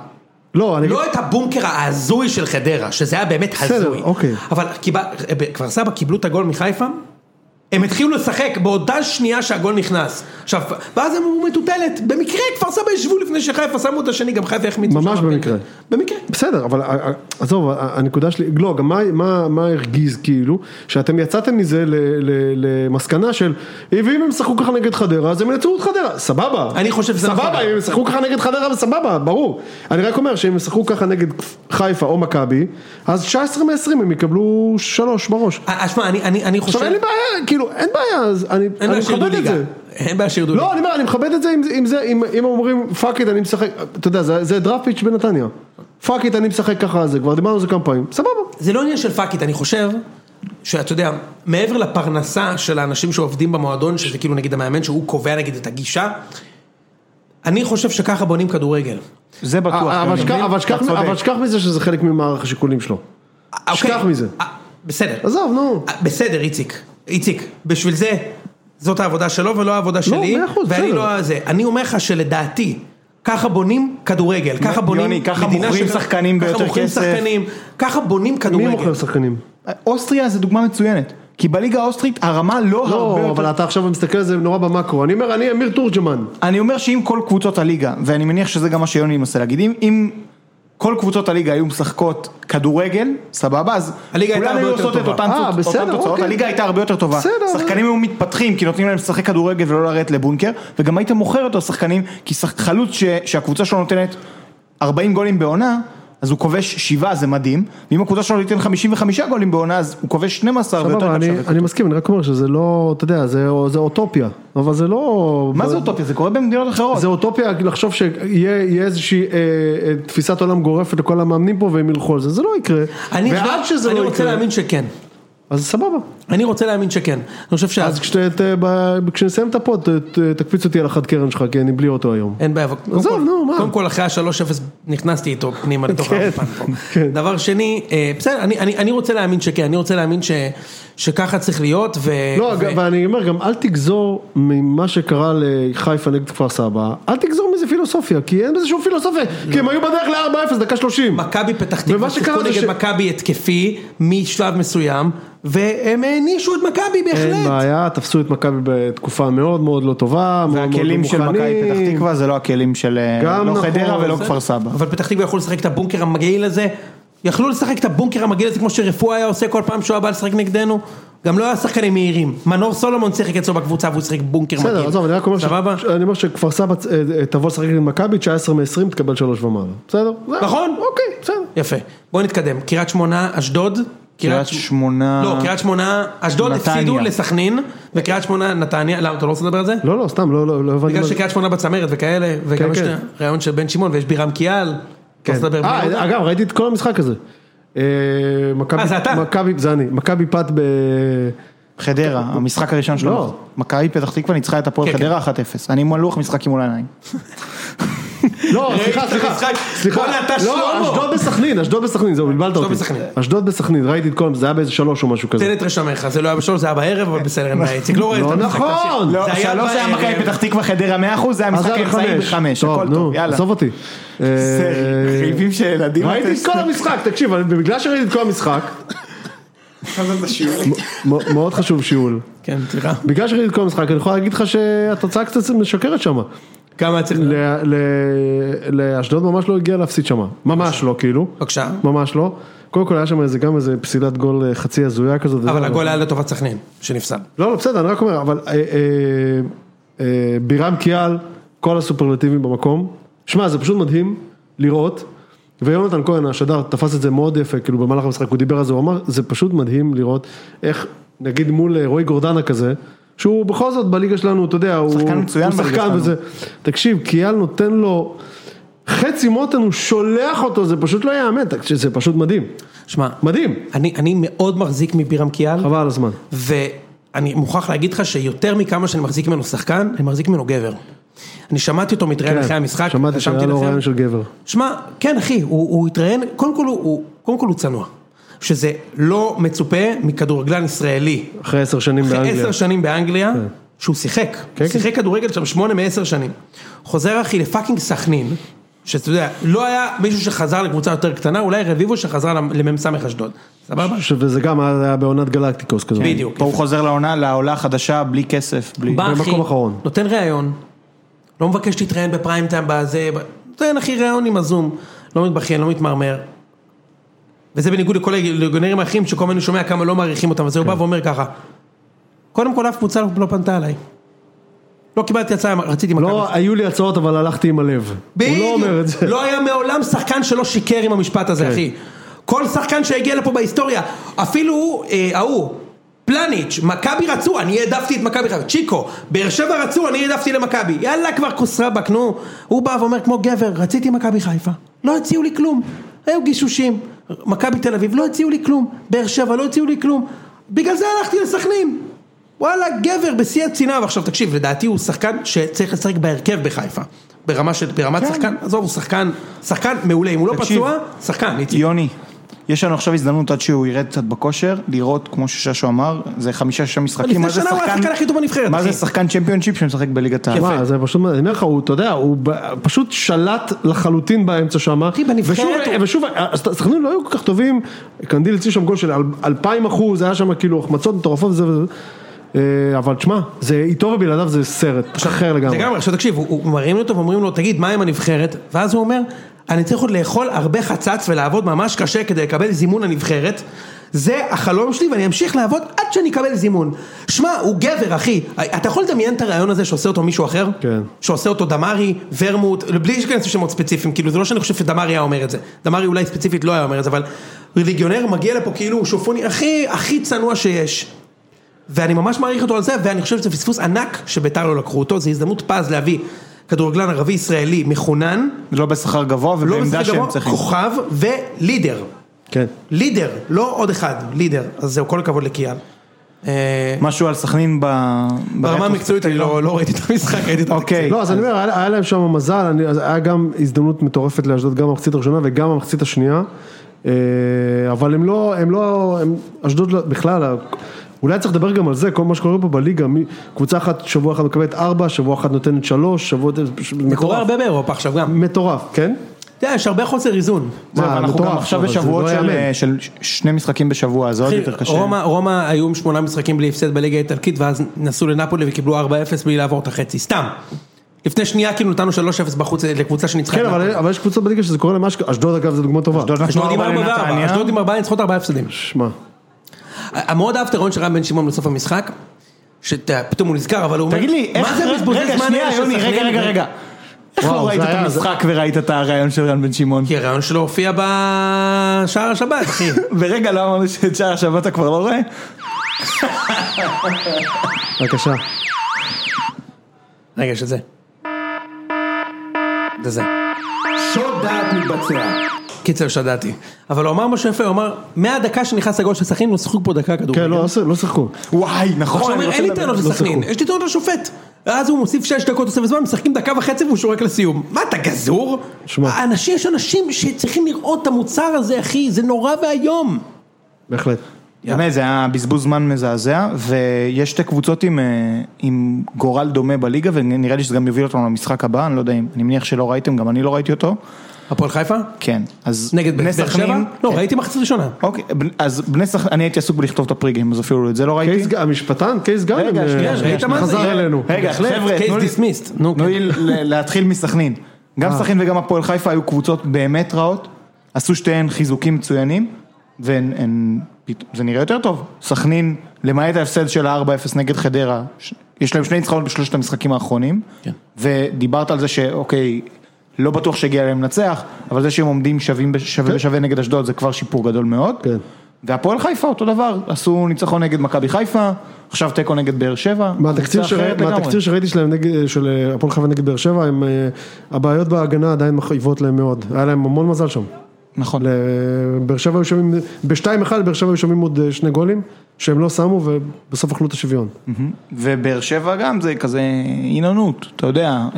לא, אני...
לא את הבונקר ההזוי של חדרה, שזה היה באמת
בסדר,
הזוי.
אוקיי.
אבל קיבל- כפר סבא קיבלו את הגול מחיפה, הם התחילו לשחק באותה שנייה שהגול נכנס. עכשיו, ואז הם אמרו מטוטלת, במקרה כפר סבא ישבו לפני שחיפה שמו את השני, גם חיפה החמיצו.
ממש
שם.
במקרה.
במקרה.
בסדר, אבל אה, אה, עזוב, אה, הנקודה שלי, לא, גם מה, מה, מה הרגיז כאילו, שאתם יצאתם מזה ל, ל, למסקנה של, "אה, ואם הם שחקו ככה נגד חדרה, אז הם ינצחו את חדרה, סבבה.
אני חושב שזה נכון.
סבבה, אם הם שחקו ככה נגד חדרה, אז סבבה, ברור. אני רק אומר שאם הם שחקו ככה נגד חיפה או מכבי, אז 19 מ-20 הם יקבלו 3 בראש.
אה, אה, שמע, אני- אני אני חושב...
עכשיו אין לי בעיה, כאילו, אין בעיה, אז אני,
אין
אני
בעיה שירדו
מכבד את
ליגה.
זה.
אין בעיה שירדו
לא, אני אומר, אני מכבד את זה אם, אם, זה, אם, אם אומרים פאק איט אני משחק, אתה יודע, זה, זה דראפיץ' בנתניה. פאק איט אני משחק ככה זה, כבר דיברנו על זה כמה פעמים, סבבה.
זה לא עניין של פאקיט, אני חושב שאתה יודע, מעבר לפרנסה של האנשים שעובדים במועדון, שזה כאילו נגיד המאמן שהוא קובע נגיד את הגישה, אני חושב שככה בונים כדורגל.
זה בטוח.
אה,
אתה
אבל שכח-
מבין?
אבל שכח-
אתה צודק.
אבל שכח מזה שזה חלק ממערך השיקולים שלו.
אוקיי.
שכח מזה.
אה, בסדר.
עזוב, נו.
אה, בסדר, איציק. איציק, בשביל זה, זאת העבודה שלו ולא העבודה שלי.
לא, מאה אחוז,
ואני
בסדר.
לא הזה. אני אומר לך שלדעתי, ככה בונים כדורגל, ככה בונים
יוני, ככה
מדינה
מוכרים
של-
שחקנים
ככה
ביותר
מוכרים
כסף.
שחקנים, ככה בונים
מי
כדורגל.
מוכר שחקנים?
אה, אוסטריה זה דוגמה מצוינת. כי בליגה האוסטרית הרמה לא הרבה
לא,
יותר...
אבל אתה עכשיו מסתכל על זה נורא במקרו. אני אומר, אני אמיר תורג'מן.
אני אומר שאם כל קבוצות הליגה, ואני מניח שזה גם מה שיוני מנסה להגיד, אם, אם כל קבוצות הליגה היו משחקות כדורגל, סבבה, אז
הליגה הייתה
כולן
הרבה
היו
יותר
עושות את
טובה.
אותן
אה,
תוצ-
בסדר,
אותן תוצאות,
אוקיי.
הליגה הייתה הרבה יותר טובה.
בסדר,
שחקנים היו מתפתחים כי נותנים להם לשחק כדורגל ולא לרדת לבונקר, וגם היית מוכר יותר שחקנים, כי שח... חלוץ ש... שהקבוצה שלו נותנת 40 גולים בעונה, אז הוא כובש 7, זה מדהים, ואם הקבוצה שלו תיתן 55 גולים בעונה, אז הוא כובש 12 ויותר
סבבה,
גם
אני-
שווה.
אני מסכים, אני רק אומר שזה לא, אתה יודע, זה זה אוטופיה. אבל זה לא...
מה זה אוטופיה? זה קורה במדינות אחרות.
זה אוטופיה לחשוב שיהיה יהיה איזושהי אה, אה, תפיסת עולם גורפת לכל המאמנים פה והם ילכו על זה, זה לא יקרה.
אני,
ועד שזה
אני
לא
רוצה
יקרה,
להאמין שכן.
אז סבבה.
אני רוצה להאמין שכן. אני חושב שאז...
אז כשת- ת- ב- כשנסיים את הפוד, ת- ת- תקפיץ אותי על אחת קרן שלך, כי אני בלי אוטו היום.
אין בעיה, אבל קודם
עזוב,
כל-
נו, מה?
קודם כל אחרי ה-3-0 נכנסתי איתו פנימה לתוך
כן,
האולפן פה.
כן.
דבר שני, אה, בסדר, אני- אני אני רוצה להאמין שכן, אני רוצה להאמין ש- שככה צריך להיות, ו...
לא,
ו-
ו... ואני אומר גם, אל תגזור ממה שקרה לחיפה נגד כפר סבא, אל תגזור מזה פילוסופיה, כי אין בזה שום פילוסופיה, כי הם היו בדרך ל-4-0, דקה 30.
מכבי פתח תקווה
ומה
שיחקו
שקרה זה
נגד
ש-
מכבי התקפי משלב מסוים, והם הענישו את מכבי
אין
בהחלט.
בעיה, תפסו את מכבי בתקופה מאוד מאוד לא טובה, מאוד מאוד לא
הכלים של מכבי
מוכנים.
פתח תקווה זה לא הכלים של אה,
גם
לא
נכון,
חדרה ולא
זה-
כפר סבא.
אבל פתח תקווה יכלו לשחק את הבונקר המגעיל הזה, יכלו לשחק את הבונקר המגעיל הזה כמו שרפואה היה עושה כל פעם שהוא היה בא לשחק נגדנו. גם לא היה שחקנים מהירים, מנור סולומון שיחק אצלו בקבוצה והוא שיחק בונקר מגעיל.
בסדר, עזוב, אני רק אומר, ש-
סבבה?
ש- אני אומר שכפר סבא אה, אה, תבוא לשחק עם מכבי, 19 מ-20 תקבל 3 ומעלה, בסדר? זה-
נכון.
אוקיי, בסדר.
יפה. בואו נתקדם. קריית שמונה, אשדוד.
קריית שמונה-
לא, קריית שמונה, אשדוד
נתניה.
הפסידו לסכנין, וקריית שמונה, נתניה, למה אתה לא רוצה לדבר על זה?
לא, לא, סתם, לא, לא, לא הבנתי.
בגלל
מה זה.
שקריית שמונה בצמרת וכאלה, וגם
כן,
יש
כן.
את הרעיון של בן שמעון ויש בירם קיאל. כן.
כן. אה, אגב, ראיתי את כל המשחק הזה. אה, מכבי-
אה, זה אתה?
מכבי, זה אני, מכבי פת ב...
חדרה, המשחק הראשון שלו.
לא.
מכבי פתח תקווה ניצחה את הפועל
כן,
חדרה 1-0. אני עם הלוח משחקים מול העיניים.
לא,
ראיתי
סליחה,
את
סליחה,
המשחק.
סליחה,
בואנה, אתה שלמה.
לא, אשדוד בסכנין, אשדוד בסכנין, זהו, בלבלת אותי,
בסכנין.
אשדוד בסכנין, ראיתי את כל, זה היה באיזה שלוש או משהו
תן
כזה,
את רשם לך, זה לא היה בשלוש, זה היה בערב, אבל בסדר, אין בעיה, איציק לא רואה את
אה, כן. לא
המשחק.
נכון.
תמשיך.
לא,
זה היה
שלוש זה היה
בערב.
מכבי פתח תקווה חדרה 100%, זה היה
אז
משחק
היה
אמצעי בחמש, הכל טוב,
נו,
יאללה.
עזוב אותי,
זה
אה,
חיבים של ילדים.
ראיתי את כל המשחק, תקשיב, אני- בגלל שראיתי את כל המשחק, מ- מאוד חשוב שיעול,
כן, סליחה.
בגלל שראיתי את כל המשחק, אני יכול להגיד לך שהתוצאה קצת משקרת שם.
כמה צריך...
ל- ל- לאשדוד ממש לא הגיע להפסיד שם, ממש לא כאילו,
בבקשה.
ממש לא. קודם כל היה שם איזה גם איזה פסילת גול אה, חצי הזויה כזאת.
אבל
וזה,
הגול היה לטובת סכנין, שנפסל.
לא, לא, בסדר, אני רק אומר, אבל אה, אה, אה, בירם קיאל, כל הסופרלטיבים במקום. שמע, זה פשוט מדהים לראות. ויונתן כהן, השדר, תפס את זה מאוד יפה, כאילו במהלך המשחק, הוא דיבר על זה, הוא אמר, זה פשוט מדהים לראות איך, נגיד מול אה, רועי גורדנה כזה, שהוא בכל זאת בליגה שלנו, אתה יודע, הוא
שחקן מצוין
הוא
בליגה
שחקן
שלנו.
וזה, תקשיב, קיאל נותן לו חצי מותן, הוא שולח אותו, זה פשוט לא ייאמן, תקשיב, זה פשוט מדהים,
שמע,
מדהים,
אני אני מאוד מחזיק מבירם קיאל,
חבל על הזמן.
כן, ואני מוכרח להגיד לך שיותר מכמה שאני מחזיק ממנו שחקן, אני מחזיק ממנו גבר. אני שמעתי אותו מתראיין
כן,
אחרי המשחק,
שמעתי
רשמתי
שהיה לו
לכם.
רעיון של גבר.
שמע, כן אחי, הוא, הוא התראיין, קודם כל הוא, הוא, קודם כל הוא צנוע. שזה לא מצופה מכדורגלן ישראלי.
אחרי עשר שנים
אחרי
באנגליה.
עשר שנים באנגליה, שהוא שיחק.
כן.
שיחק כדורגל שם שמונה מעשר שנים. חוזר אחי לפאקינג סכנין, שאתה יודע, לא היה מישהו שחזר לקבוצה יותר קטנה, אולי רביבו שחזר למ"ס אשדוד. סבבה?
ש- וזה גם אה, היה בעונת גלקטיקוס כזאת.
בדיוק.
פה הוא חוזר לעונה, לעולה החדשה, בלי כסף, בלי...
בא אחי,
במקום אחרון.
נותן ראיון, לא מבקש להתראיין בפריים טיים בזה, ב- נותן אחי ראיון עם הזום, לא מתבכיין, לא מתמרמר. וזה בניגוד לכל הליגיונרים האחרים שכל הזמן אני שומע כמה לא מעריכים אותם, וזה הוא בא ואומר ככה, קודם כל אף קבוצה לא פנתה אליי. לא קיבלתי הצעה, רציתי מכבי.
לא, היו לי הצעות אבל הלכתי עם הלב. הוא לא
בדיוק.
אומר את זה.
לא היה מעולם שחקן שלא שיקר עם המשפט הזה,
כן.
אחי. כל שחקן שהגיע לפה בהיסטוריה, אפילו אה, ההוא, פלניץ', מכבי רצו, אני העדפתי את מכבי חיפה, צ'יקו, באר שבע רצו, אני העדפתי למכבי, יאללה כבר כוס רבאק, נו. הוא בא ואומר כמו גבר, רציתי מכבי חיפה, לא הציעו לי כלום, היו גישושים, מכבי תל אביב, לא הציעו לי כלום, באר שבע, לא הציעו לי כלום, בגלל זה הלכתי לסכנין. וואלה, גבר בשיא הצנעה, ועכשיו תקשיב, לדעתי הוא שחקן שצריך לשחק בהרכב בחיפה. ברמה של, ברמת
כן.
שחקן, עזוב, הוא שחקן, שחקן מעולה, אם הוא לא
תקשיב.
פצוע, שחקן, איציק.
יוני, יש לנו עכשיו הזדמנות עד שהוא ירד קצת בכושר, לראות, כמו שששו אמר, זה חמישה-שישה משחקים,
לפני
מה זה
שנה הוא היה
שחקן...
השחקן הכי טוב בנבחרת,
מה
אחי.
זה שחקן צ'מפיונשיפ שמשחק בליגת העל?
מה, זה פשוט, אני אומר לך, הוא, אתה יודע, הוא ב- פשוט שלט לחלוטין באמצע שם. אחי,
בנבחרת
ושוב, אה,
הוא-
ושוב, הסכנין לא היו כל כך טובים, קנדיל הציל שם גול של אל- אלפיים אחוז, היה שם כאילו החמצות מטורפות וזה וזה. אה, אבל תשמע, זה איתו ובלעדיו זה סרט, אחר לגמרי.
לגמרי, עכשיו תקשיב, הוא- הוא מראים אותו ואומרים לו, תגיד, מה עם הנבחרת? ואז הוא אומר, אני צריך עוד לאכול הרבה חצץ ולעבוד ממש קשה כדי לקבל זימון לנבחרת. זה החלום שלי ואני אמשיך לעבוד עד שאני אקבל זימון. שמע, הוא גבר, אחי. אתה יכול לדמיין את הרעיון הזה שעושה אותו מישהו אחר?
כן.
שעושה אותו דמרי, ורמוט, בלי להיכנס לשמות ספציפיים, כאילו זה לא שאני חושב שדמרי היה אומר את זה, דמרי אולי ספציפית לא היה אומר את זה, אבל ליגיונר מגיע לפה כאילו הוא שופוני הכי, הכי צנוע שיש. ואני ממש מעריך אותו על זה, ואני חושב שזה פספוס ענק שביתר לא לקחו אותו, זו הזדמנות פז להביא כדורגלן ערבי ישראלי מחונן,
לא בשכר גבוה
לא
ובעמדה
משחק
שהם
גבוה,
צריכים.
כוכב ולידר.
כן.
לידר, לא עוד אחד, לידר. אז זהו, כל הכבוד לקיאל. אה,
משהו על סכנין ב...
ברמה
ברטרוספקט.
המקצועית אני לא לא ראיתי את המשחק, ראיתי את
אוקיי.
לא, אז אני אומר, היה היה להם שם מזל, אני- אז היה גם הזדמנות מטורפת לאשדוד, גם במחצית הראשונה וגם במחצית השנייה, אה, אבל הם לא, הם לא, הם, אשדוד לא- בכלל, ה- אולי צריך לדבר גם על זה, כל מה שקורה פה בליגה, מי- קבוצה אחת, שבוע אחד מקבלת ארבע, שבוע אחד נותנת שלוש, שבוע,
זה קורה
מטורף,
הרבה באירופה עכשיו גם.
מטורף, כן?
אתה יודע, יש הרבה חוסר איזון.
זהו,
מה,
אנחנו
מטורף,
גם עכשיו
אבל זה
בשבועות
לא
של- אה,
ייאמן.
של ש- שני משחקים בשבוע, זה עוד יותר קשה.
רומא, רומא היו עם שמונה משחקים בלי הפסד בליגה האיטלקית ואז נסעו לנפולי וקיבלו 4-0 בלי לעבור את החצי, סתם. לפני שנייה כאילו נתנו 3-0 בחוץ לקבוצה שניצחה. את
כן, אבל,
נפולי.
אבל יש קבוצות בליגה שזה קורה להם, אשכ- אשדוד אגב זו דוגמה טובה,
אשדוד נתנו
אשדוד עם
ארבע
4 ו-4,
לנתניה.
אשדוד עם 4 ניצחונות 4 הפסדים.
שמע,
מאוד אהבתי רעיון של רן בן שמעון בסוף המשחק, שפתאום הוא נזכר אבל הוא אומר,
תגיד לי, איך...
מה זה בזבוזי
רגע,
זמן
שנייה,
האלה של
יוני, רגע,
סכנין?"
רגע, רגע. איך
וואו,
לא
זה
ראית את
היה- כן. זה-
המשחק וראית את הרעיון של רן בן שמעון?
כי הרעיון שלו הופיע בשער השבת אחי.
ורגע, לא אמרנו שאת שער השבת אתה כבר לא רואה?
בבקשה,
רגע שזה. זה זה.
שוד דעת מתבצע.
קיצר שדעתי. אבל הוא אמר משהו יפה, הוא אמר, מהדקה שנכנס לגול של סכנין הוא שחק פה דקה כדורגל.
כן, לא, לא שיחקו,
וואי, נכון.
עכשיו
אני
אומר,
רוצה
אין לי
לדבר.
טענות
לא
לסכנין,
שיחקו.
יש לי טענות לשופט. אז הוא מוסיף שש דקות תוספת זמן, משחקים דקה וחצי והוא שורק לסיום. מה, אתה גזור?
שמע.
אנשים, יש אנשים שצריכים לראות את המוצר הזה, אחי, זה נורא ואיום.
בהחלט.
באמת, זה היה בזבוז זמן מזעזע, ויש שתי קבוצות עם, אה, עם גורל דומה בליגה, ונראה לי שזה גם יוביל אותנו למשחק הבא, אני לא יודע אם, אני מניח שלא ראיתם, גם אני לא ראיתי אותו.
הפועל חיפה?
כן, אז
נגד
בני
באר שבע?
סכנין-
לא,
כן.
ראיתי מחצית ראשונה.
אוקיי, בנ- אז בני סכנין, אני הייתי עסוק בלכתוב את הפריגים, אז אפילו את זה
אוקיי,
לא ראיתי.
קייס, ג- המשפטן, קייס גם
רגע,
אה,
שנייה, שנייה,
ראית כן, מה זה?
חזר אלינו.
רגע,
בהחלט,
חבר'ה,
case
תנו לי-
dismissed, נו, כן.
תנו
אוקיי.
לי ל- להתחיל מסכנין. גם
אה.
סכנין וגם הפועל חיפה היו קבוצות באמת רעות, עשו שתיהן חיזוקים מצוינים, והן- הן- פת- זה נראה יותר טוב. סכנין, למעט ההפסד של ה-4-0 נגד חדרה, ש- יש להם שני ניצחונות בשלושת המשחקים האחרונים,
כן.
ודיברת על זה שאוקיי, לא בטוח שהגיע להם לנצח, אבל זה שהם עומדים שווים בש- שווה בשווה נגד אשדוד זה כבר שיפור גדול מאוד.
כן.
והפועל חיפה אותו דבר, עשו ניצחון נגד מכבי חיפה, עכשיו תיקו נגד באר שבע.
מהתקציר
קבוצה
שרא-
אחרת לגמרי.
מהתקציר שראיתי שלהם נגד, של אה, הפועל חיפה נגד באר שבע, הם, אה, הבעיות בהגנה עדיין מכאיבות להם מאוד. היה להם המון מזל שם.
נכון.
לבאר שבע היו שומעים, ב-2-1 באר שבע היו שומעים עוד אה, שני גולים, שהם לא שמו ובסוף אכלו את השוויון.
ובאר שבע גם זה כזה עיננות, אתה יודע, אה,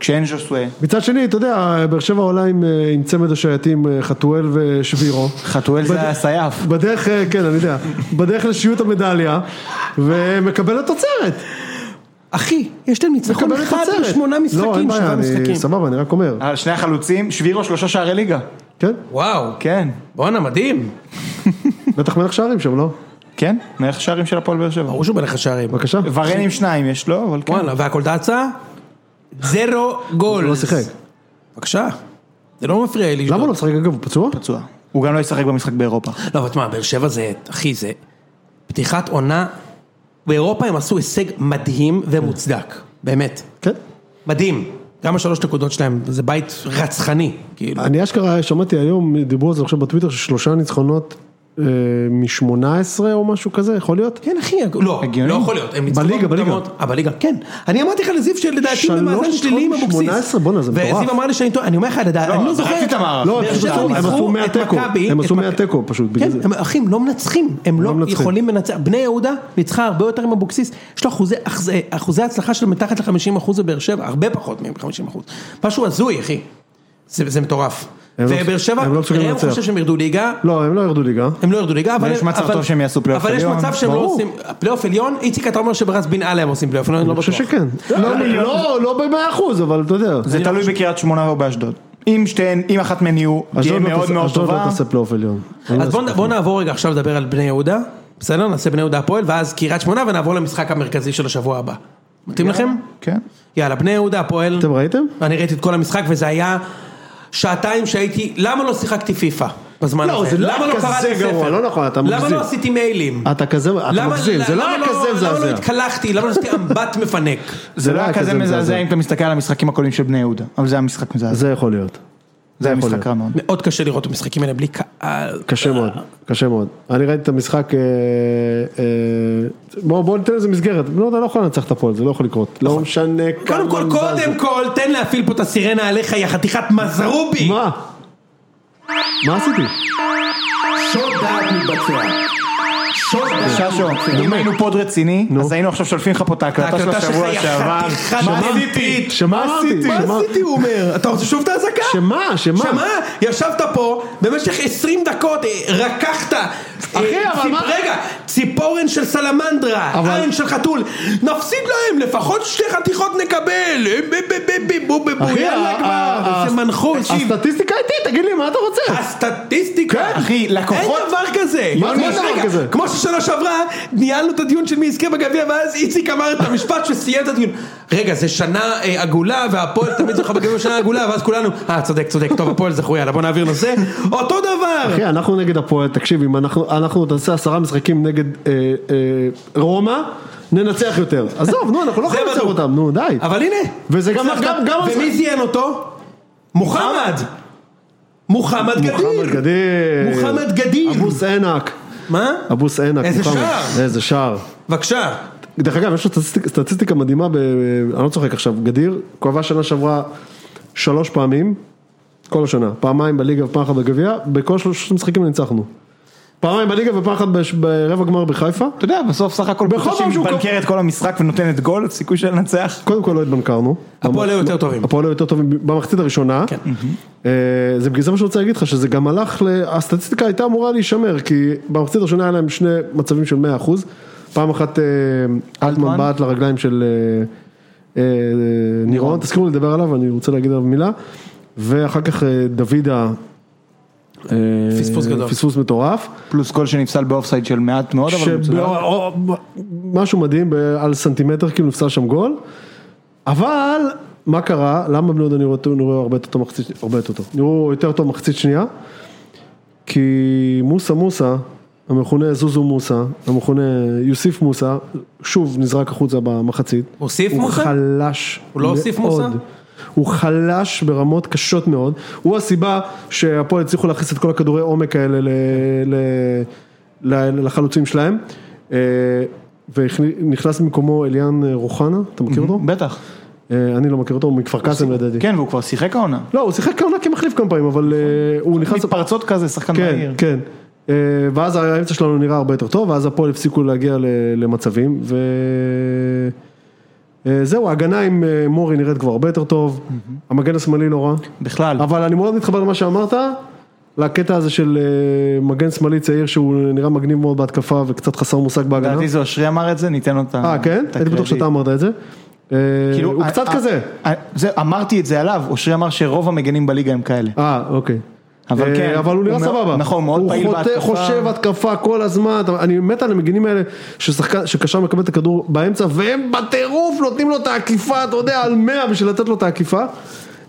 כשאין ז'וסווה,
מצד שני, אתה יודע, באר שבע עולה עם, אה, עם צמד השייטים אה, חתואל ושבירו.
חתואל
בד-
זה הסייף.
בדרך, אה, כן, אני יודע, בדרך לשיוט המדליה, ומקבלת תוצרת.
אחי, יש להם ניצחון
מקבלת
אחד
תוצרת.
בשמונה
לא, אין
משחקים,
בעיה,
שבעה
אני-
משחקים.
סבבה, אני רק אומר.
על שני החלוצים, שבירו שלושה שערי ליגה.
כן,
וואו,
כן,
בואנה, מדהים.
בטח מלך שערים שם, לא?
כן, מלך שערים של הפועל באר שבע.
ברור שהוא מלך השערים.
בבקשה.
ורן עם שניים יש לו, אבל כן.
וואלה, והקולדצה? זרו גול.
הוא לא שיחק.
בבקשה. זה לא מפריע לי.
למה
לשדוד.
הוא לא משחק אגב? הוא פצוע?
פצוע. הוא גם לא ישחק במשחק באירופה.
לא, אבל תשמע, באר שבע זה, אחי, זה פתיחת עונה. באירופה הם עשו הישג מדהים ומוצדק. באמת.
כן.
מדהים. גם השלוש נקודות שלהם, זה בית רצחני. כאילו.
אני אשכרה שמעתי היום, דיברו על זה עכשיו בטוויטר, ששלושה ניצחונות אה, מ-18 או משהו כזה, יכול להיות?
כן אחי, לא,
הגיוני?
לא יכול להיות, הם ניצחו
בליגה,
במוקדמות. אה, בליגה, כן. אני אמרתי לך לזיו שלדעתי הוא
שלוש
במאזן שלילי עם
ניצחונות,
אבוקסיס.
18, בואנה, זה מטורף.
וזיו אמר לי שאני טועה, אני אומר לך, לדעתי, אני לא זוכר.
זרקתי את המערך.
לא,
באר
הם
שבע
עשו- הם
ניצחו
עשו 100
את
תיקו,
מכבי,
הם
את
עשו
מכבי.
100 תיקו פשוט, בגלל
כן,
זה.
הם, אחי, הם לא מנצחים, הם לא
מנצחים.
יכולים לנצח. בני יהודה ניצחה הרבה יותר עם אבוקסיס, יש לו אחוזי, אחז- אה, אחוזי הצלחה של מתחת ל-50% בבאר שבע, הרבה פחות מ-50%. משהו הזוי, אחי. זה, זה מטורף.
הם לא-
ובאר שבע,
הם לא מסוגלים
ראם
לנצח.
חושב שהם ירדו ליגה,
לא, הם לא ירדו ליגה.
הם לא ירדו ליגה, אבל...
יש מצב
אבל-
טוב שהם יעשו פלייאוף
אבל
עליון,
יש מצב שהם לא
ברור.
עושים... פלייאוף עליון, איציק אתה אומר שברז בן אללה הם עושים פלייאוף עליון, אני לא
אני חושב
בטוח.
שכן. לא, לא, לא במאה אחוז, אבל אתה יודע.
זה תלוי בקריית שמונה או באשדוד. אם שתיהן, אם אחת מהן יהיו,
אשדוד
תהיה
לא
מאוד
תעשה-
מאוד
אשדוד לא
טובה.
תעשה פלייאוף עליון.
אז בוא- בוא נעבור רגע עכשיו לדבר על בני יהודה, בסדר? נעשה בני יהודה הפועל, ואז קריית שמונה ונעבור למשחק המרכזי של השבוע הבא. מתאים לכם?
כן.
יאללה, בני יהודה הפועל.
אתם ראיתם?
אני ראיתי את כל המשחק וזה היה שעתיים שהייתי, למה לא שיחקתי פיפא בזמן
לא,
הזה?
זה לא
למה
היה
לא
כזה
קראתי
גרוע,
ספר?
לא נכון, אתה
למה
מגזים.
לא עשיתי מיילים?
אתה כזה, אתה
למה-
מגזים, זה לא היה כזה
למה לא
מזעזע.
התקלחתי? למה לא עשיתי אמבט מפנק?
זה לא היה כזה מזעזע אם אתה מסתכל על המשחקים הקודמים של בני יהודה, אבל זה היה משחק מזעזע.
זה יכול להיות.
זה היה
יכול
משחק
להיות.
רע מאוד.
מאוד קשה לראות את המשחקים האלה בלי קהל.
קשה מאוד, קשה מאוד. אני ראיתי את המשחק, אה, אה, בוא בוא ניתן לזה מסגרת. בני יהודה לא יכול לנצח את הפועל, זה לא יכול לקרות. לא משנה
נכון. קודם כל,
כמה
קודם
מבאס.
כל, תן להפעיל פה את הסירנה עליך, יא חתיכת מזרובי!
מה? מה עשיתי?
שוד דעת מתבצע. שוד
כן.
דעת
ששו,
מתבצע.
אם היינו פוד רציני, אז היינו עכשיו שולפים לך פה את ההקלטה של
ההקלטה שלך
השבוע
היא
שעבר.
חתיכת
מה
שמע-
עשיתי?
שמה עשיתי?
מה
שמה-
עשיתי, הוא אומר? אתה רוצה שוב את האזעקה?
שמה? שמה?
שמה? ישבת פה במשך 20 דקות, אה, רקחת. אה,
אחי, אבל
ציפ-
מה-
רגע, ציפורן של סלמנדרה,
אבל-
עין של חתול. נפסיד להם, לפחות שתי חתיכות נקבל. אה, ב- ב- ב- ב- בו- בו- בו,
אחי,
יאללה
ה-
כבר,
ה-
זה מנחוס.
הסטטיסטיקה איתי, תגיד לי מה אתה רוצה?
אה, הסטטיסטיקה,
כן, אחי, לקוחות-
אין דבר כזה,
מה
כמו
זה אין
ש-
דבר
רגע,
כזה?
כמו ששנה שעברה, ניהלנו את הדיון של מי יזכה בגביע, ואז איציק אמר את המשפט שסיים את הדיון, רגע, זה שנה אה, עגולה, והפועל תמיד זוכה בגביע בשנה עגולה, ואז כולנו, אה, צודק, צודק, טוב, הפועל זכו, יאללה, בוא נעביר נושא, אותו דבר,
אחי, אנחנו נגד הפועל, תקשיב, אם אנחנו, אנחנו נעשה עשרה משחקים נגד אה, אה, רומא, ננצח יותר. עזוב, נו, אנחנו לא
זה
יכולים לנצח
בדוק.
אותם, נו, די.
אבל הנה,
וזה גם-
הצלחת.
גם- גם-
ומי זיין אותו? מוחמד, מוחמד
מוחמד
גדיר,
גדיר.
מוחמד גדיר,
אבוס עינק.
מה?
אבוס עינק.
איזה
מוחמד.
שער.
איזה שער.
בבקשה,
דרך אגב, יש לו סטטיסטיק- סטטיסטיקה מדהימה, ב... אני לא צוחק עכשיו, גדיר, כובע שנה שעברה שלוש פעמים, כל השנה, פעמיים בליגה ופעם אחת בגביע, בכל שלושה משחקים ניצחנו. פעמיים בליגה ופעם אחת בש- ברבע גמר בחיפה.
אתה יודע, בסוף סך הכל
בכל פעם שהוא-
בנקר את כל המשחק ונותנת גול, סיכוי של לנצח.
קודם כל לא התבנקרנו.
הפועל היו יותר טובים.
הפועל היו יותר טובים במחצית הראשונה.
כן.
אה, זה בגלל זה מה שאני רוצה להגיד לך, שזה גם הלך, ל... הסטטיסטיקה הייתה אמורה להישמר, כי במחצית הראשונה היה להם שני מצבים של 100%, פעם אחת אה, אלטמן
אלטמן.
בעט לרגליים של אה, אה, נירון, תזכירו לי לדבר עליו, אני רוצה להגיד עליו מילה, ואחר כך אה, דוידה, אה,
פספוס גדול.
פספוס מטורף,
פלוס גול שנפסל באופסייד של מעט מאוד, אבל... הוא צודק.
שבא- או- משהו מדהים, ב- על סנטימטר כאילו נפסל שם גול, אבל מה קרה, למה בני יהודה נראו אותו- נראו הרבה יותר טוב מחצית, הרבה יותר טוב, נראו יותר טוב מחצית שנייה, כי מוסא מוסא, המכונה זוזו מוסא, המכונה יוסיף מוסא, שוב נזרק החוצה במחצית.
הוסיף מוסא?
הוא חלש
הוא לא הוסיף
מאוד.
מוסא?
הוא חלש ברמות קשות מאוד, הוא הסיבה שהפועל הצליחו להכניס את כל הכדורי עומק האלה ל, ל, ל, לחלוצים שלהם, אה, ונכנס במקומו אליאן אה, רוחנה, אתה מכיר אותו?
בטח.
אה, אני לא מכיר אותו, הוא מכפר קאסם לדעתי.
כן, והוא כבר שיחק העונה.
לא, הוא שיחק כעונה כמחליף כמה פעמים, אבל אה, הוא נכנס...
מתפרצות כזה, שחקן מהיר.
כן, כן. אה, ואז האמצע שלנו נראה הרבה יותר טוב, ואז הפועל הפסיקו להגיע ל- למצבים, ו... אה, זהו, ההגנה עם אה, מורי נראית כבר הרבה יותר טוב, המגן השמאלי לא רע,
בכלל.
אבל אני מאוד מתחבר למה שאמרת, לקטע הזה של אה, מגן שמאלי צעיר שהוא נראה מגניב מאוד בהתקפה וקצת חסר מושג בהגנה.
לדעתי זה אושרי אמר את זה, ניתן לו את ה-
אה, כן?
את
הייתי בטוח
הקרדיט.
שאתה אמרת את זה. אה,
כאילו,
הוא
א-
קצת
א-
כזה.
א- זה- אמרתי את זה עליו, אושרי אמר שרוב המגנים בליגה הם כאלה.
אה, אוקיי.
אבל
אה,
כן,
אבל הוא נראה
הוא מאוד-
סבבה.
נכון, הוא מאוד פעיל
הוא חוטא-
בהתקפה.
חושב התקפה כל הזמן, אתה- אני מת על המגינים האלה, ששחקן- שקשר מקבל את הכדור באמצע, והם בטירוף נותנים לו את העקיפה, אתה יודע, על 100 בשביל לתת לו את העקיפה.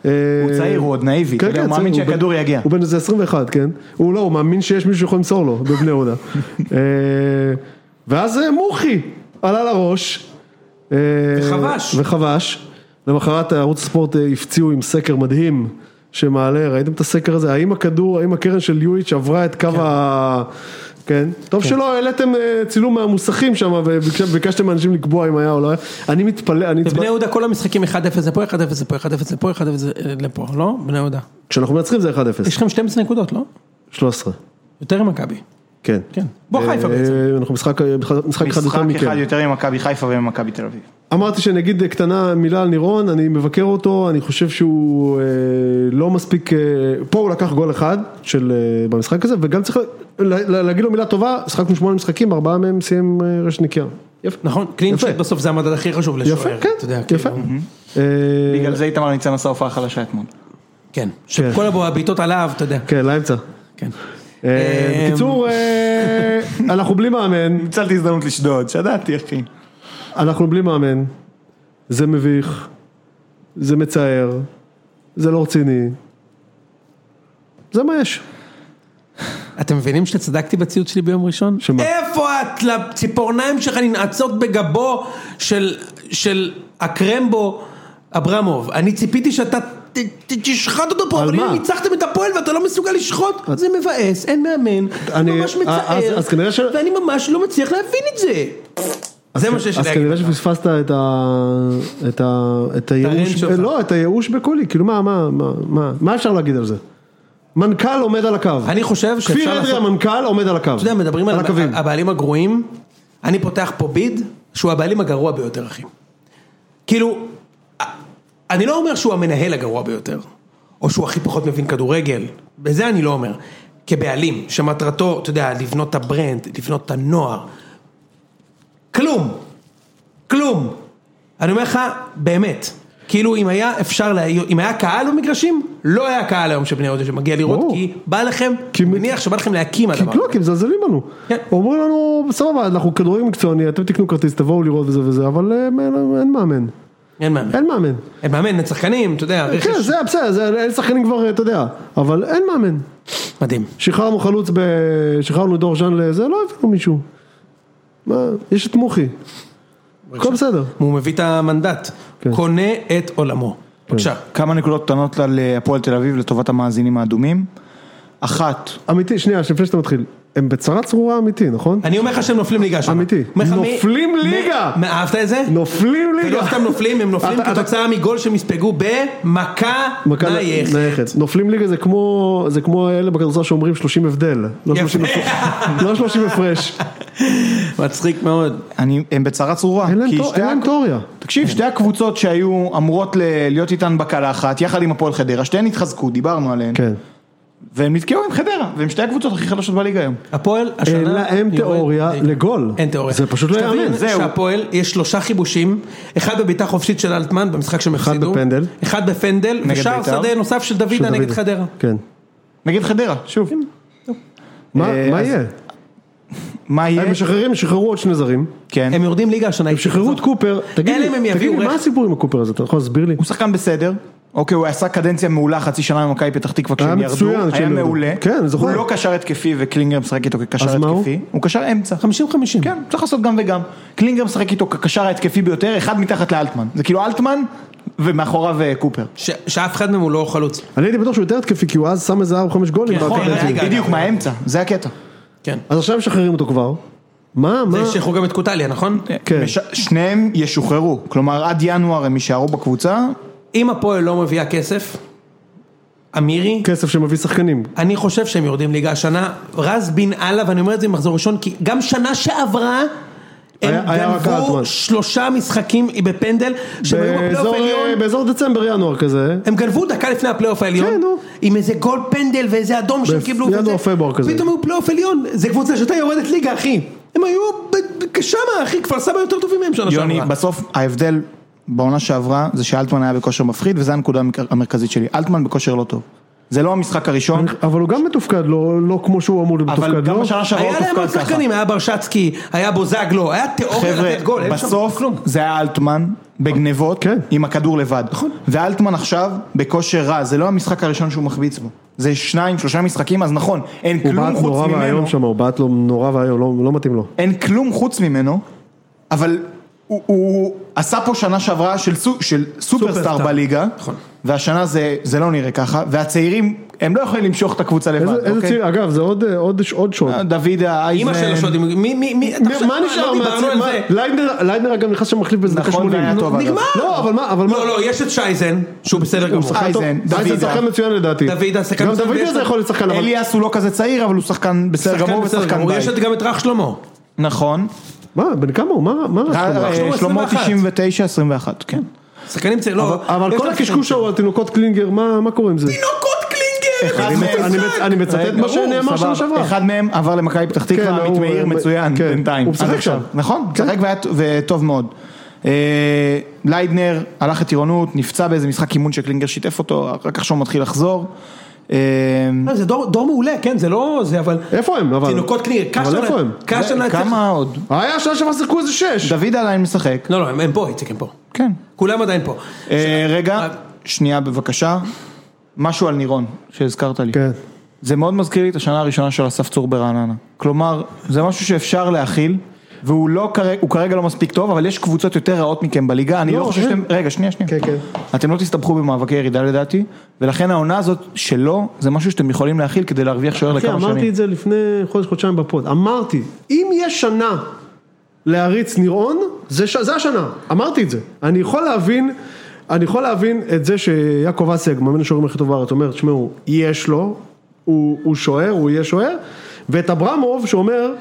אה, הוא
צעיר, הוא עוד נאיבי, אתה יודע, הוא מאמין שהכדור יגיע.
הוא בן איזה 21, כן? הוא לא, הוא מאמין שיש מישהו שיכול למסור לו, בבני יהודה. אה, ואז אה, מוחי עלה לראש. אה,
וחבש.
וחבש. למחרת ערוץ הספורט אה, הפציעו עם סקר מדהים שמעלה, ראיתם את הסקר הזה? האם הכדור, האם הקרן של יואיץ' עברה את קו ה... כן. טוב שלא העליתם אה, צילום מהמוסכים שם וביקשתם מאנשים לקבוע אם היה או לא היה. אני מתפלא, אני...
בני
התפלא-
יהודה כל המשחקים 1-0 לפה, 1-0 לפה, 1-0 לפה, 1-0 לפה, לא? בני יהודה.
כשאנחנו מנצחים זה 1-0.
יש לכם 12 נקודות, לא?
13.
יותר ממכבי.
כן.
כן. בוא חיפה
אה,
בעצם.
אנחנו משחק, משחק אחד
משחק
יותר מכם. אה.
אחד יותר ממכבי חיפה וממכבי תל אביב.
אמרתי שנגיד קטנה מילה על נירון, אני מבקר אותו, אני חושב שהוא אה, לא מספיק, אה, פה הוא לקח גול אחד של, אה, במשחק הזה, וגם צריך לה, לה, להגיד לו מילה טובה, שחקנו שמונה משחקים, ארבעה מהם סיים אה, רשת נקייה. יפה.
נכון? קלין
יפה.
שיט בסוף זה המדד הכי חשוב
יפה,
לשוער.
כן,
אתה יודע,
יפה.
כאילו.
אה,
בגלל זה איתמר ניצן עשה הופעה חלשה אתמול.
כן. שכל הבוע- הבעיטות עליו, אתה יודע.
כן, לאמצע.
כן.
אה, בקיצור, אה, אנחנו בלי מאמן,
ניצלתי הזדמנות לשדוד, שדדתי אחי.
אנחנו בלי מאמן, זה מביך, זה מצער, זה לא רציני, זה מה יש.
אתם מבינים שצדקתי בציוץ שלי ביום ראשון?
שמה?
איפה הציפורניים שלך ננעצות בגבו של, של הקרמבו אברמוב? אני ציפיתי שאתה ת, ת, תשחט אותו פה,
על
אבל
מה?
הנה ניצחתם את הפועל ואתה לא מסוגל לשחוט. זה מבאס, אין מאמן,
אני- אה,
אני, ממש מצער,
אז- אז כנראה ש-
ואני ממש לא מצליח להבין את זה. זה מה שיש לי
אז
להגיד.
כנראה שפספסת את ה... את ה... את
הרנט
הייאוש...
שלך.
לא, את הייאוש בקולי, כאילו מה, מה, מה, מה, מה אפשר להגיד על זה? מנכ"ל עומד על הקו.
אני חושב
כפיר
שאפשר
אדרי
לעשות...
המנכ"ל עומד על הקו.
אתה יודע, מדברים על
הקווים.
הבעלים הגרועים, אני פותח פה ביד שהוא הבעלים הגרוע ביותר, אחי. כאילו, אני לא אומר שהוא המנהל הגרוע ביותר, או שהוא הכי פחות מבין כדורגל, בזה אני לא אומר. כבעלים, שמטרתו, אתה יודע, לבנות את הברנד, לבנות את הנוער. כלום. כלום. אני אומר לך, באמת. כאילו אם היה אפשר, לה... אם היה קהל במגרשים, לא היה קהל היום של בני יהודה שמגיע לראות,
ברור.
כי בא לכם,
כי-
מניח שבא לכם להקים
כי
הדבר.
לא, כי מזלזלים בנו.
כן.
אומרים לנו, סבבה, אנחנו כדורגל מקצועני, אתם תקנו כרטיס, תבואו לראות וזה וזה, אבל אה, אין- אין מאמן.
אין מאמן.
אין מאמן.
אין מאמן, אין שחקנים, אתה יודע, רכש.
כן, זה בסדר, זה- אין שחקנים כבר, אתה יודע, אבל אין מאמן.
מדהים.
שחררנו חלוץ, ב... שחררנו דור ז'אן לזה, לא הביאו מישהו. מה, יש את מוחי. הכל בסדר.
הוא מביא את המנדט.
כן.
קונה את עולמו. בבקשה.
כמה נקודות קטנות אה, לה- להפועל תל אביב לטובת המאזינים האדומים. אחת,
אמיתי, שנייה, לפני שאתה מתחיל. הם בצרה צרורה אמיתי, נכון?
אני אומר לך שהם נופלים ליגה שם.
אמיתי.
אומר לך, מי-
נופלים
מי-
ליגה!
מה, אהבת את זה?
נופלים
ולא
לא
ליגה.
סתם נופלים, הם נופלים
אתה- אתה-
כתוצאה מגול שהם יספגו במכה
מכה
נייח.
נייחת. נופלים ליגה זה כמו, זה כמו אלה בכדורסל שאומרים 30 הבדל. לא 30 הפרש. לא 30 הפרש.
מצחיק מאוד.
אני, הם בצרה צרורה.
אין להם
כי
תור-
שתי
אין להם
הק-
תיאוריה.
תקשיב, שתי הקבוצות שהיו אמורות ל- להיות איתן בקלחת, יחד עם הפועל חדרה, שתיהן התחזקו, דיברנו עליהן,
כן.
והם נתקעו עם חדרה, והם שתי הקבוצות הכי חדשות בליגה היום.
הפועל השנה...
אין להם
יורד
תיאוריה
ליגה.
לגול.
אין תיאוריה.
זה פשוט לא
שתבין
יאמן.
זהו.
שהפועל, יש שלושה חיבושים, אחד בבעיטה חופשית של אלטמן במשחק שהם
אחד
הפסידו,
בפנדל.
אחד בפנדל, ושער
בית"ר.
שדה נוסף של
של
דוידה נגד
דוד.
חדרה.
כן.
נגד חדרה, שוב.
מה
כן, אה,
מה
אז-
יהיה?
מה יהיה?
הם משחררים, שחררו עוד שני זרים.
כן.
הם יורדים ליגה השנה.
הם שחררו את קופר. תגיד
אלא אם הם
לי, תגיד
יביאו
לי,
רכב.
מה הסיפור עם הקופר הזה? אתה יכול להסביר לי?
הוא שחקן בסדר, אוקיי, הוא עשה קדנציה מעולה חצי שנה במכבי פתח תקווה
היה
כשהם ירדו,
מצוין כשהם
היה
ירדו.
מעולה,
כן, אני זוכר.
הוא לא קשר התקפי וקלינגר משחק איתו
אז
כקשר
מה הוא?
התקפי, הוא קשר אמצע,
50-50.
כן, צריך לעשות גם וגם, קלינגר משחק איתו כקשר ההתקפי ביותר, אחד מתחת לאלטמן, זה כאילו אלטמן ומאחוריו אה, קופר,
ש- שאף אחד מהם הוא לא חלוץ.
אני הייתי בטוח שהוא יותר התקפי כי הוא אז שם איזה 4-5 גולים.
אוקיי,
נכון,
בקדנציה.
רגע.
בדיוק מהאמצע, זה הקטע,
כן. אה.
אז עכשיו משחררים אותו כבר. מה, מה?
זה שחררו גם את קוטליה, נכון?
כן.
מש- שניהם ישוחררו, כלומר עד ינואר הם יישארו בקבוצה,
אם הפועל לא מביאה כסף, אמירי,
כסף שמביא שחקנים.
אני חושב שהם יורדים ליגה השנה, רז בן אללה, ואני אומר את זה ממחזור ראשון, כי גם שנה שעברה, הם
היה- היה רק
גנבו
אלטמן.
שלושה משחקים בפנדל, שהם היו בפלייאוף
באזור, אה,
העליון,
באזור דצמבר-ינואר כזה.
הם גנבו דקה לפני הפלייאוף העליון,
כן, נו.
עם איזה גול פנדל ואיזה אדום שהם
בפ-
קיבלו,
ינואר,
וזה-
פברואר כזה.
פתאום היו פלייאוף עליון, זה קבוצה שהייתה יורדת ליגה, אחי. הם היו ב- ב- שמה, אחי, כפר סבא יותר טובים מהם שנה
יוני,
שעברה.
בסוף ההבדל בעונה שעברה זה שאלטמן היה בכושר מפחיד וזו הנקודה המק- המרכזית שלי, אלטמן בכושר לא טוב, זה לא המשחק הראשון,
אבל הוא גם מתופקד, לא, לא כמו שהוא אמור להיות מתופקד,
אבל גם
לא?
בשנה שעברה הוא
היה להם עוד
תופקד ככה.
שחקנים, היה ברשצקי, היה בוזגלו, היה תיאוריה לתת גול,
חבר'ה,
אין שם
בסוף
כלום.
זה היה אלטמן בגנבות
כן.
עם הכדור לבד. ואלטמן עכשיו בכושר רע, זה לא המשחק הראשון שהוא מחביץ בו. זה שניים, שלושה משחקים, אז נכון, אין
הוא
כלום
בעט נורא
חוץ ממנו,
ואיום שם, הוא בעט לו נורא ואיום, לא, לא מתאים לו.
אין כלום חוץ ממנו, אבל הוא- הוא עשה פה שנה שעברה של סו- של סופרסטאר
סופרסטאר.
בליגה,
נכון.
והשנה זה זה לא נראה ככה, והצעירים, הם לא יכולים למשוך את הקבוצה לבד,
איזה, איזה
אוקיי?
ציר, אגב, זה עוד, אה, עוד, עוד שוד.
דוידה,
אימא של
אייזן,
השודים, מי, מי, מי, אתה חושב,
מה נשאר?
אה, לא דיברנו
מהציר-
על
מה-
זה.
ליידנר- ליידנר אגב נכנס שם מחליף באיזה דקה
נכון,
80.
והיה טוב אגב.
נגמר.
לא, אבל מה, אבל מה?
לא, לא, יש את שייזן, שהוא בסדר
הוא
גמור.
שחקן טוב.
אייזן,
אייזן
דוידה.
שחקן מצוין לדעתי.
דוידה, שחקן
אה. גם
מצוין, ויש
דוידה זה
לו-
יכול להיות שחקן, אבל
אליאס הוא לא כזה צעיר, אבל הוא שחקן בסדר גמור
בסדר
ושחקן
גמור. יש
בית.
את גם את רך שלמה.
נכון.
מה, בן כמה הוא? מה, מה?
אה,
הסכמה?
אה,
שלמה
שלמה
21.
99, 21, כן.
שחקנים צעירים, לא.
אה,
אבל
יש
כל
לך
הקשקוש ההוא על תינוקות קלינגר, מה מה קורה עם זה?
תינוקות קלינגר!
אחד
אחד
מהם-
מהם.
אני מצ- אני מצטט מה
ברור,
שנאמר
סבבה.
שנה שעברה.
אחד מהם עבר למכבי פתח
כן,
תקווה, עמית
הוא-
מאיר
הוא-
מצוין
כן.
בינתיים.
הוא משחק
עד עכשיו.
שם. כן.
נכון, משחק והיה- וטוב מאוד. אה, ליידנר הלך לטירונות, נפצע באיזה משחק אימון שקלינגר שיתף אותו, רק עכשיו הוא מתחיל לחזור. אה,
לא, זה דור דור מעולה, כן, זה לא זה, אבל...
איפה הם? אבל-
תינוקות קלינגר,
אבל איפה הם? אה,
קשנה...
כמה עוד?
היה שנה שעברה שיחקו איזה שש.
דוד עדיין משחק,
לא, לא, הם הם פה, איציק, הם פה.
כן.
כולם עדיין פה.
אה, רגע, שנייה בבקשה. משהו על נירון שהזכרת לי.
כן.
זה מאוד מזכיר לי את השנה הראשונה של אסף צור ברעננה. כלומר, זה משהו שאפשר להכיל, והוא לא, כרגע- הוא כרגע לא מספיק טוב, אבל יש קבוצות יותר רעות מכם בליגה, אני
לא,
לא חושב
אין.
שאתם... רגע, שנייה, שנייה.
כן, כן.
אתם לא תסתבכו במאבקי ירידה לדעתי, ולכן העונה הזאת שלו, זה משהו שאתם יכולים להכיל כדי להרוויח שוער
אחי,
לכמה
אמרתי
שנים.
את זה לפני חודש, חודשיים בפוד. אמרתי, אם יש שנה להריץ ניר-און, זה ש- זה השנה. אמרתי את זה. אני יכול להבין, אני יכול להבין את זה שיעקב אסייג, מאמן השוערים הכי טוב בארץ, אומר, תשמעו, יש לו, הוא הוא שוער, הוא יהיה שוער, ואת אברמוב שאומר,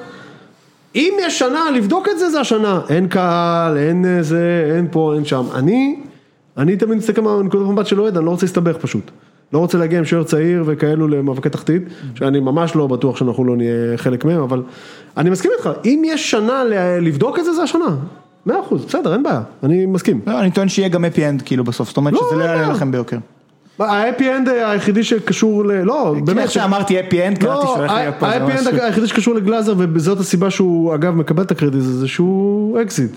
אם יש שנה לבדוק את זה, זה השנה. אין קהל, אין אה, זה, אין פה, אין שם. אני, אני תמיד מסתכל מהנקודת מבט של אוהד, אני לא רוצה להסתבך פשוט. לא רוצה להגיע עם שוער צעיר וכאלו למאבקי תחתית, שאני ממש לא בטוח שאנחנו לא נהיה חלק מהם, אבל אני מסכים איתך, אם יש שנה ל- לבדוק את זה, זה השנה. מאה אחוז, בסדר, אין בעיה, אני מסכים.
לא, אני טוען שיהיה גם אפי אנד כאילו בסוף, זאת אומרת
לא,
שזה לא
לא,
יעלה
לא.
לכם ביוקר.
האפי אנד היחידי שקשור ל... לא,
באמת,
באמת.
איך שאמרתי אפי אנד, קראתי
לא,
שהולך להיות פה איזה
האפי אנד
משהו.
היחידי שקשור לגלאזר, וזאת הסיבה שהוא אגב מקבל את הקרדיט הזה, זה שהוא אקזיט.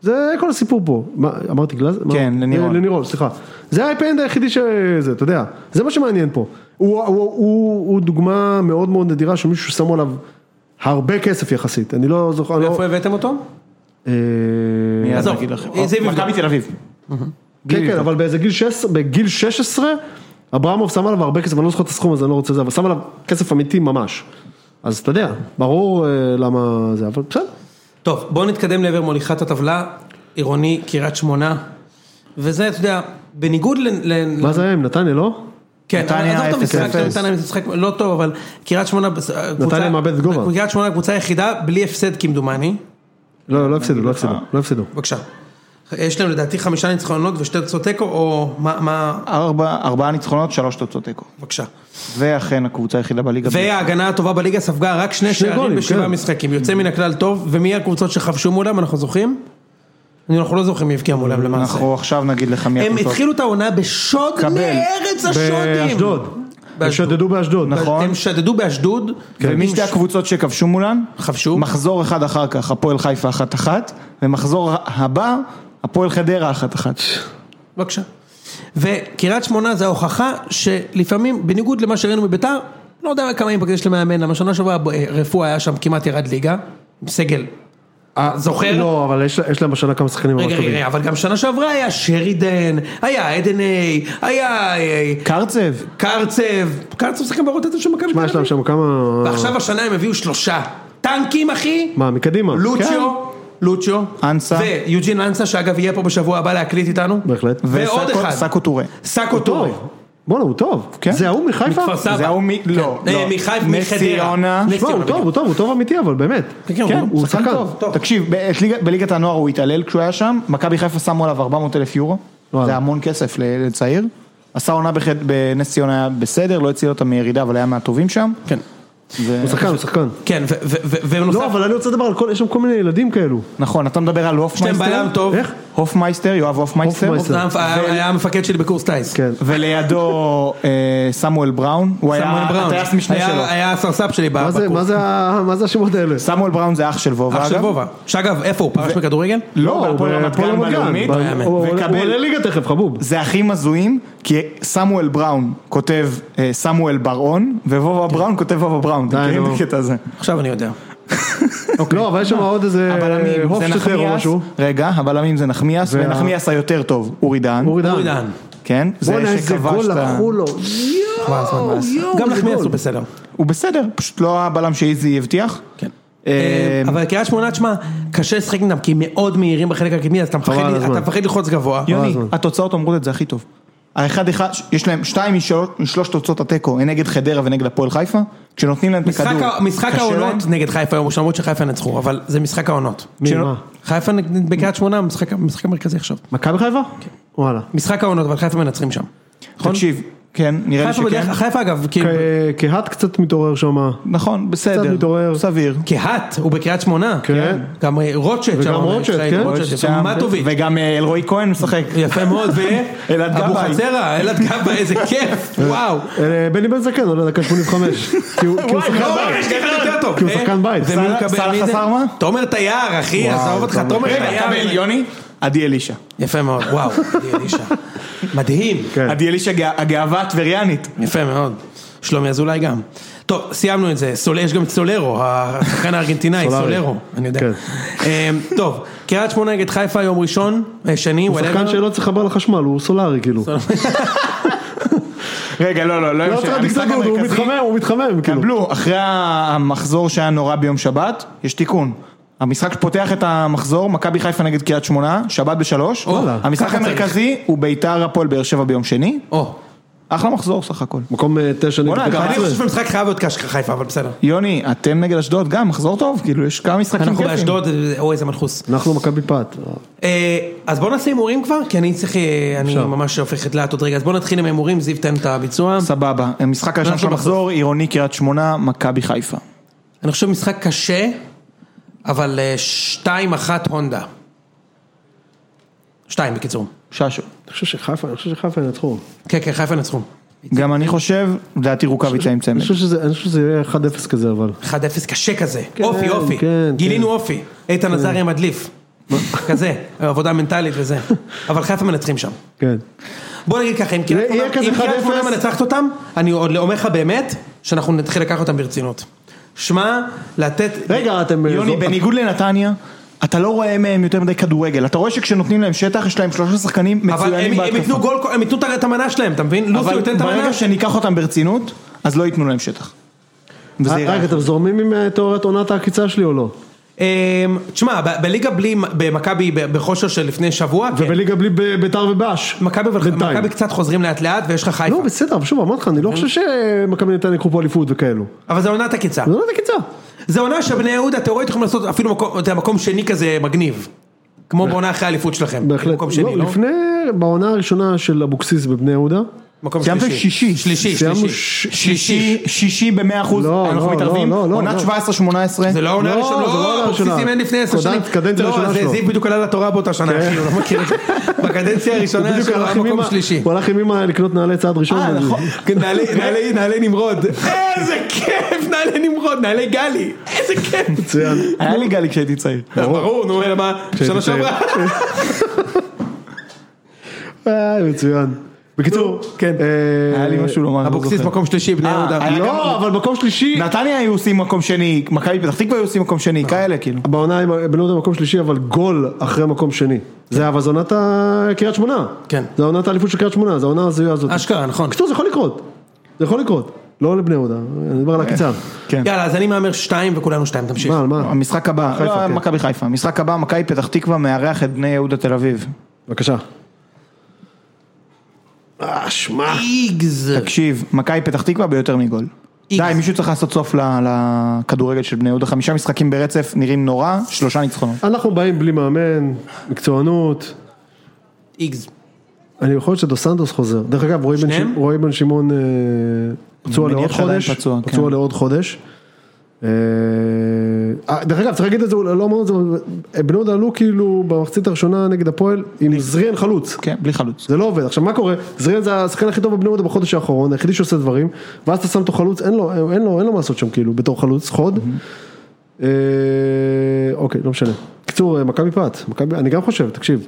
זה כל הסיפור פה. מה, אמרתי גלאזר? מה?
כן, לנירון.
לנירון, סליחה. זה האפי אנד היחידי שזה, אתה יודע, זה מה שמעניין פה. הוא, הוא, הוא, הוא דוגמה מאוד מאוד נדירה של מישהו ששמו עליו הרבה כסף יחסית, אני לא זוכר, אני לא...
איפה הבאתם אותו?
אה,
מיד
עזוב,
נגיד לכם.
אה, זה
או,
יבדוק.
מכבי תל אביב.
כן, כן, אבל באיזה גיל 16, בגיל 16, אברמוב שם עליו הרבה כסף, אני לא זוכר את הסכום הזה, אני לא רוצה זה, אבל שם עליו כסף אמיתי ממש. אז אתה יודע, ברור אה, למה זה, אבל בסדר.
טוב, בואו נתקדם לעבר מוליכת הטבלה, עירוני קריית שמונה, וזה, אתה יודע, בניגוד ל... ל-
מה זה היה עם נתניה, לא?
כן,
נתניה,
עזוב את המשחק,
0-0.
נתניה משחק לא טוב, אבל קריית שמונה... קבוצה-
מאבדת גובה.
קריית שמונה קבוצה היחידה, בלי הפסד כמדומני.
לא, לא הפסידו, לא הפסידו, לא הפסידו.
בבקשה. יש להם לדעתי חמישה ניצחונות ושתי תוצאות תיקו, או מה, מה,
ארבע, ארבעה ניצחונות, שלוש תוצאות תיקו.
בבקשה.
ואכן הקבוצה היחידה בליגה.
וההגנה הטובה בליגה ספגה רק שני שערים
גולים,
בשבעה
כן.
משחקים, יוצא מן הכלל טוב, ומי הקבוצות שחבשו מולם, אנחנו זוכרים? אנחנו לא זוכרים מי הבקיע מולם למעשה.
נכון.
אנחנו עכשיו נגיד לך מי
הם
הקבוצות.
התחילו את העונה בשוד
קבל.
מארץ השודים.
באשדוד. כן. הם
באשדוד.
שדדו באשדוד.
נכון.
הם שדדו באשדוד,
כן. ומי שתי הקבוצות שכבשו מולן?
חבשו.
מחזור אחד אחר כך, הפועל חיפה אחת אחת, ומחזור הבא, הפועל חדרה אחת אחת.
בבקשה. וקריית שמונה זה ההוכחה שלפעמים, בניגוד למה שראינו מביתר, לא יודע כמה אימפקט יש למאמן, למה שנה שעברה אה, רפואה היה שם כמעט ירד ליגה, עם סגל. אה, זוכר?
לא, אבל יש- יש להם השנה כמה שחקנים ממש
רגע, רגע,
טובים.
רגע, אבל גם שנה שעברה היה שרידן, היה עדן איי, היה אה,
קרצב,
קרצב, קרצב שחקן ברוטציה של מכבי
מה, יש
תל
להם
אביב.
שם כמה...
ועכשיו השנה הם הביאו שלושה. טנקים אחי,
מה, מקדימה? כן,
לוציו, לוציו,
אנסה.
ויוג'ין אנסה שאגב יהיה פה בשבוע הבא להקליט איתנו,
בהחלט.
ועוד
וסאקו-
אחד,
סאקו טורה.
סאקו טורי,
טוב. בואנה, הוא טוב.
כן.
זה ההוא מחיפה?
מכפר סבא.
זה ההוא מ... לא,
אה,
לא.
מחיפה,
נס
מחדרה.
ציונה.
נס-
שמע, הוא טוב, הוא טוב, הוא טוב אמיתי, אבל באמת.
כן, הוא
כן, הוא שחקן.
טוב.
תקשיב, בעת ליג- בליגת הנוער הוא התעלל כשהוא היה שם, מכבי חיפה שמו עליו 400 אלף יורו,
וואלה.
זה המון כסף ל- לצעיר. עשה עונה בחד- בנס ציונה היה בסדר, לא הציל אותה מירידה, אבל היה מהטובים שם.
כן,
ו-
הוא שחקן, הוא שחקן.
כן, ו- ו- ו-
לא,
ובנוסף,
אבל אני רוצה לדבר על כל, יש שם כל מיני ילדים כאלו.
נכון, אתה מדבר על
שתיהם
הופמייסטר,
בלם טוב,
איך?
הופמייסטר, יואב הופמייסטר,
הופמייסטר.
זה היה- היה המפקד שלי בקורס טיס,
כן.
ולידו אה, סמואל בראון, הוא
סמואל
היה
בראון,
הטייס משנה
היה-
שלו.
היה הסרספ שלי
מה זה- מה
בקורס,
זה ה- מה זה השמות האלה?
סמואל בראון זה אח של וובה,
אח של וובה, שאגב איפה הוא פרש מכדורגל?
לא,
הוא
בהפועל רמת
בהפועל
גן
רמת גן.
בלאומית,
הוא-
היה מת.
הוא- הוא
וקבל-
עולה ליגה תכף, חבוב.
זה הכי מזויים, כי סמואל בראון כותב אה, סמואל בר-און, וובה בראון כותב וובה בראון, אתם
די,
מכירים
נו.
את הקטע הזה.
עכשיו אני יודע,
לא, אבל יש שם עוד איזה
הבלמים זה
הופשטר או
נחמיאס,
משהו.
רגע, הבלמים זה נחמיאס,
וה-
ונחמיאס היותר טוב, אורי דהן,
אורי
אורי
דהן.
דהן,
כן,
בואנה,
זה
איזה
שכבש
גול
את ה...
לקחו לו.
חבל על הזמן, מה לעשות.
יואו,
גם
זה
נחמיאס
גול.
הוא בסדר,
הוא בסדר, פשוט לא הבלם שאיזי הבטיח.
כן.
אה,
אבל קריית שמונה, תשמע, קשה לשחק איתם כי הם מאוד מהירים בחלק הקדמי, אז אתה מפחד-
חבל על הזמן.
אתה מפחד ללחוץ גבוה.
יוני,
הזמן.
התוצאות אומרות את זה הכי טוב. האחד אחד, יש להם שתיים משלוש- משלוש תוצאות התיקו, הן נגד חדרה ונגד הפועל חיפה, כשנותנים להם את
משחק
הכדור.
ה- משחק
קשה להם.
העונות נגד חיפה היום, למרות שחיפה ינצחו, אבל זה משחק העונות.
מי,
שלא-
מה?
חיפה נגד- בקריית שמונה, המשחק המשחק המרכזי עכשיו.
מכבי חיפה? כן. וואלה.
משחק העונות, אבל חיפה מנצחים שם.
תקשיב, כן, נראה לי
חיפה
שכן.
בדרך- חיפה אגב, כאילו,
כ- קהת קצת מתעורר שם.
נכון,
קצת
בסדר,
מתעורר.
סביר.
קהת, הוא בקריית שמונה.
כן.
גם אה, רוטשט שם.
רוטשט,
אחראי,
כן.
שם-
מה טובי.
וגם אה, אלרועי כהן משחק.
יפה מאוד, ו...
אלעד גבאי.
אבוחצירא, אלעד גבאי, איזה כיף, וואו.
אה, בני בן זקן עולה דקה 85. כי הוא כי הוא שחקן
לא,
בית.
יש לי אחד יותר טוב.
כי הוא שחקן בית.
ומי
סאלח-
מקבל?
סאלח
מי זה?
עזרמה?
תומר תייר, אחי, עזוב אותך, תומר
רגע, קבל,
תייר.
יוני, עדי אלישע.
יפה מאוד, וואו, מדהים, אלישע. מדהים.
כן.
עדי אלישע גא- הגאווה הטבריאנית.
יפה מאוד. שלומי אזולאי גם. טוב, סיימנו את זה. סול- יש גם את סולרו, השחקן הארגנטינאי,
סולארי.
סולרו, אני יודע.
כן.
אמ, טוב, קריית שמונה נגד חיפה יום ראשון, אה, שני,
הוא שחקן
whatever.
שלא צריך לחבר לחשמל, הוא סולארי כאילו.
רגע, לא, לא, לא,
לא
המשך.
צריך להדליק את
המשחק
הגודל, הוא
המרכזי-
מתחמם, הוא מתחמם כאילו.
קבלו, אחרי המחזור שהיה נורא ביום שבת, יש תיקון. המשחק שפותח את המחזור, מכבי חיפה נגד קריית שמונה, שבת בשלוש.
וואלה,
המשחק
ככה צריך.
המרכזי הוא ביתר הפועל באר שבע ביום שני.
או,
אחלה מחזור סך הכל.
מקום אה, תשע נגד
בואנה, גם
אני
11.
חושב שהמשחק חייב להיות קש חיפה, אבל בסדר.
יוני, אתם נגד אשדוד גם, מחזור טוב, כאילו יש כמה משחקים
אנחנו
כיפים.
באשדוד, אה, אוי איזה מנחוס.
אנחנו מכבי פת.
אה, אז בוא נעשה הימורים כבר, כי אני צריך, אה, אני
אפשר.
ממש הופכת לאט עוד רגע, אז בוא נתחיל עם הימורים, זיו תן את הביצוע.
סבבה, המשחק הראשון של
אנחנו
המחזור, עירוני קריית שמונה, מכבי חיפה.
אני חושב משחק קשה, אבל אה, 2-1 הונדה. 2 בקיצור.
ששו.
אני חושב שחיפה, אני חושב שחיפה ינצחו.
כן, כן, חיפה ינצחו.
גם אני חושב, לדעתי רוקאביצה עם צמד.
אני חושב שזה- אני חושב שזה יהיה 1-0 כזה אבל.
1-0 קשה כזה.
כן,
אופי, אופי.
כן,
גילינו
כן.
אופי. איתן עזריה מדליף. כזה, עבודה מנטלית וזה. אבל חיפה מנצחים שם.
כן.
בוא נגיד ככה, אם קריית
יהיה
שמונה-
כזה
אם קריית
1-0.
שמונה מנצחת אותם, אני עוד אומר לך באמת, שאנחנו נתחיל לקחת אותם ברצינות. שמע, לתת...
רגע, אתם... אה,
יוני,
זו-
בניגוד לנתניה, אתה לא רואה מהם יותר מדי כדורגל. אתה רואה שכשנותנים להם שטח, יש להם שלושה שחקנים
אבל
מצוינים
הם- הם
בהתקפה.
ייתנו גול, הם ייתנו את המנה שלהם, אתה מבין? לוסיו
אבל
ייתן את המנה.
ברגע שניקח אותם ברצינות, אז לא ייתנו להם שטח. וזה
רק
ייראה.
אה, אתם זורמים עם אה, תיאוריית עונת העקיצה שלי או לא?
אמ, תשמע, ב- בליגה בלי, במכבי ב- בחושר של לפני שבוע, כן.
ובליגה בלי ב- ביתר ובאש.
מכבי אבל-
בינתיים.
מכבי קצת חוזרים לאט לאט ויש לך חיפה.
לא, בסדר, אבל שוב, אמרתי לך, אני לא חושב שמכבי נתניה יקחו פה אליפות וכאלו.
אבל זה עונת עקיצה.
זה עונת עקיצה.
זה עונה שבני יהודה תיאורטית יכולים לעשות אפילו מקום, אתה יודע, מקום שני כזה מגניב. כמו בעונה אחרי האליפות שלכם.
בהחלט.
מקום שני,
לא,
לא?
לפני, בעונה הראשונה של אבוקסיס בבני יהודה.
מקום
סיימתם
שלישי.
שישי.
שלישי,
סיימנו
שלישי.
שישי, שישי במאה אחוז,
לא,
אנחנו
לא,
מתערבים,
לא, לא, לא,
עונת
לא.
17-18.
זה לא העונה
לא,
הראשונה,
זה לא העונה
לא,
הראשונה.
אבוקסיסים אין לפני עשר שנים.
קדנצ- קדנציה
לא,
הראשונה
זה
שלו. כן.
זיו בדיוק עלה לתורה באותה שנה, אחי, הוא לא מכיר את זה. בקדנציה
הוא
הראשונה
בדיוק
שלו
הלך
היה
עם
מקום
אמא-
שלישי.
הוא הלך עם אמא לקנות נעלי צעד ראשון.
אה, נכון.
כן, נעלי- נעלי- נעלי נמרוד. איזה כיף, נעלי נמרוד, נעלי גלי. איזה כיף.
מצוין.
היה לי גלי כשהייתי צעיר.
ברור, נו, אלא מה, שנה שעברה.
אה, מצוין. בקיצור,
כן.
אה,
היה לי משהו לומר. אני לא
אבוקסיס
זוכר.
מקום שלישי, בני
אה,
יהודה.
היה גם-
לא, אבל מקום שלישי.
נתניה היו עושים מקום שני, מכבי פתח תקווה היו עושים מקום שני, כאלה כאילו.
בעונה עם בני יהודה מקום שלישי, אבל גול אחרי מקום שני. זה אבל זו עונת ה- קריית שמונה.
כן.
זה עונת האליפות של קריית שמונה, זה העונה ההזויה הזאת.
אשכרה, נכון.
בקיצור, זה יכול לקרות. זה יכול לקרות. לא לבני יהודה, אני מדבר על הקיצה.
כן. לא,
יאללה, אז אני מהמר שתיים וכולנו שתיים, תמשיך.
מה, על מה?
המשחק הבא,
חיפה,
לא,
כן.
מכבי חיפה, המשחק הבא, מכבי פתח תקווה מארח את בני יהודה תל אביב.
בבקשה. אה, שמע.
איגז.
תקשיב, מכבי פתח תקווה ביותר מגול.
איקס.
די, מישהו צריך לעשות סוף ל- לכדורגל של בני יהודה, חמישה משחקים ברצף, נראים נורא, שלושה ניצחונות.
אנחנו באים בלי מאמן, מקצוענות.
איגז.
אני יכול להיות שדו סנטוס חוזר. דרך אגב, רועי בן
שניהם?
שמ- רועי בן שמעון אה, פצוע
מניח
לעוד
שעדיין
חודש.
פצוע, כן.
פצוע לעוד חודש. אה, אה, דרך אגב, צריך להגיד את זה, לא אמרנו את זה, אבל בני יהודה עלו כאילו במחצית הראשונה נגד הפועל עם זריאן חלוץ.
כן, בלי חלוץ.
זה לא עובד. עכשיו מה קורה? זריאן זה השחקן הכי טוב בבני יהודה בחודש האחרון, היחידי שעושה דברים, ואז אתה שם אותו חלוץ, אין לו, אין לו, אין לו מה לעשות שם כאילו, בתור חלוץ, חוד. אה, אוקיי, לא משנה. קיצור, אה, מכבי פת, מכבי- אני גם חושב, תקשיב.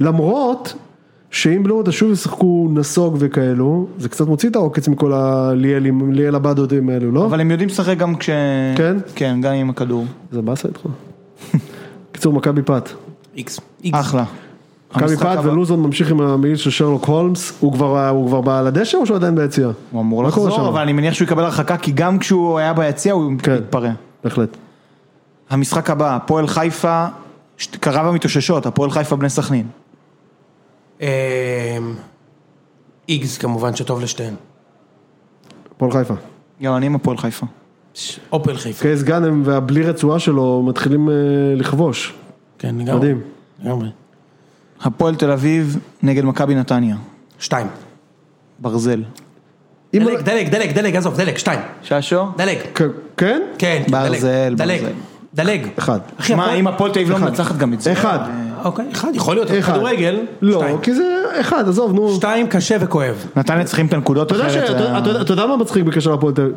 למרות שאם בני יהודה שוב ישחקו נסוג וכאלו, זה קצת מוציא את העוקץ מכל הליאלים, ליאל הבדודים האלו, לא?
אבל הם יודעים לשחק גם כש...
כן?
כן, גם עם הכדור.
זה באסה איתך. קיצור, מכבי פת.
איקס. איקס.
אחלה.
מכבי
המשחק
פת
הבא-
ולוזון ממשיך עם המעיל של שרלוק הולמס, הוא כבר הוא כבר בא על הדשא או שהוא עדיין ביציאה?
הוא אמור
מה קורה שם?
לחזור, נכון. אבל אני מניח שהוא יקבל הרחקה, כי גם כשהוא היה ביציע הוא
כן.
מתפרע.
בהחלט.
המשחק הבא, הפועל חיפה, ש- קרב המתאוששות, הפועל חיפה בני סכנין.
אמ, איגז כמובן שטוב לשתיהן.
הפועל חיפה.
גם אני עם הפועל חיפה.
אופל חיפה.
קייס גאנם והבלי רצועה שלו מתחילים אה, לכבוש.
כן, לגמרי.
מדהים.
לגמרי.
הפועל תל אביב נגד מכבי נתניה,
שתיים.
ברזל.
אם- לא-
דלג, דלג, דלג, דלג, עזוב, דלג, שתיים.
ששו?
דלג.
כ- כן?
כן, כן,
ברזל,
דלג. דלג.
ברזל.
דלג.
אחד.
אחי,
מה,
הפועל-
אם הפועל תל אביב לא מנצחת גם את זה?
אחד.
אוקיי, אחד, יכול להיות.
אחד.
כדורגל.
לא,
שתיים.
כי זה אחד, עזוב, נו.
שתיים קשה וכואב.
נתניה צריכים את הנקודות
אתה יודע ש-
אחרת.
אתה-
אה,
אתה יודע- אתה יודע מה מצחיק בקשר להפועל תל אביב?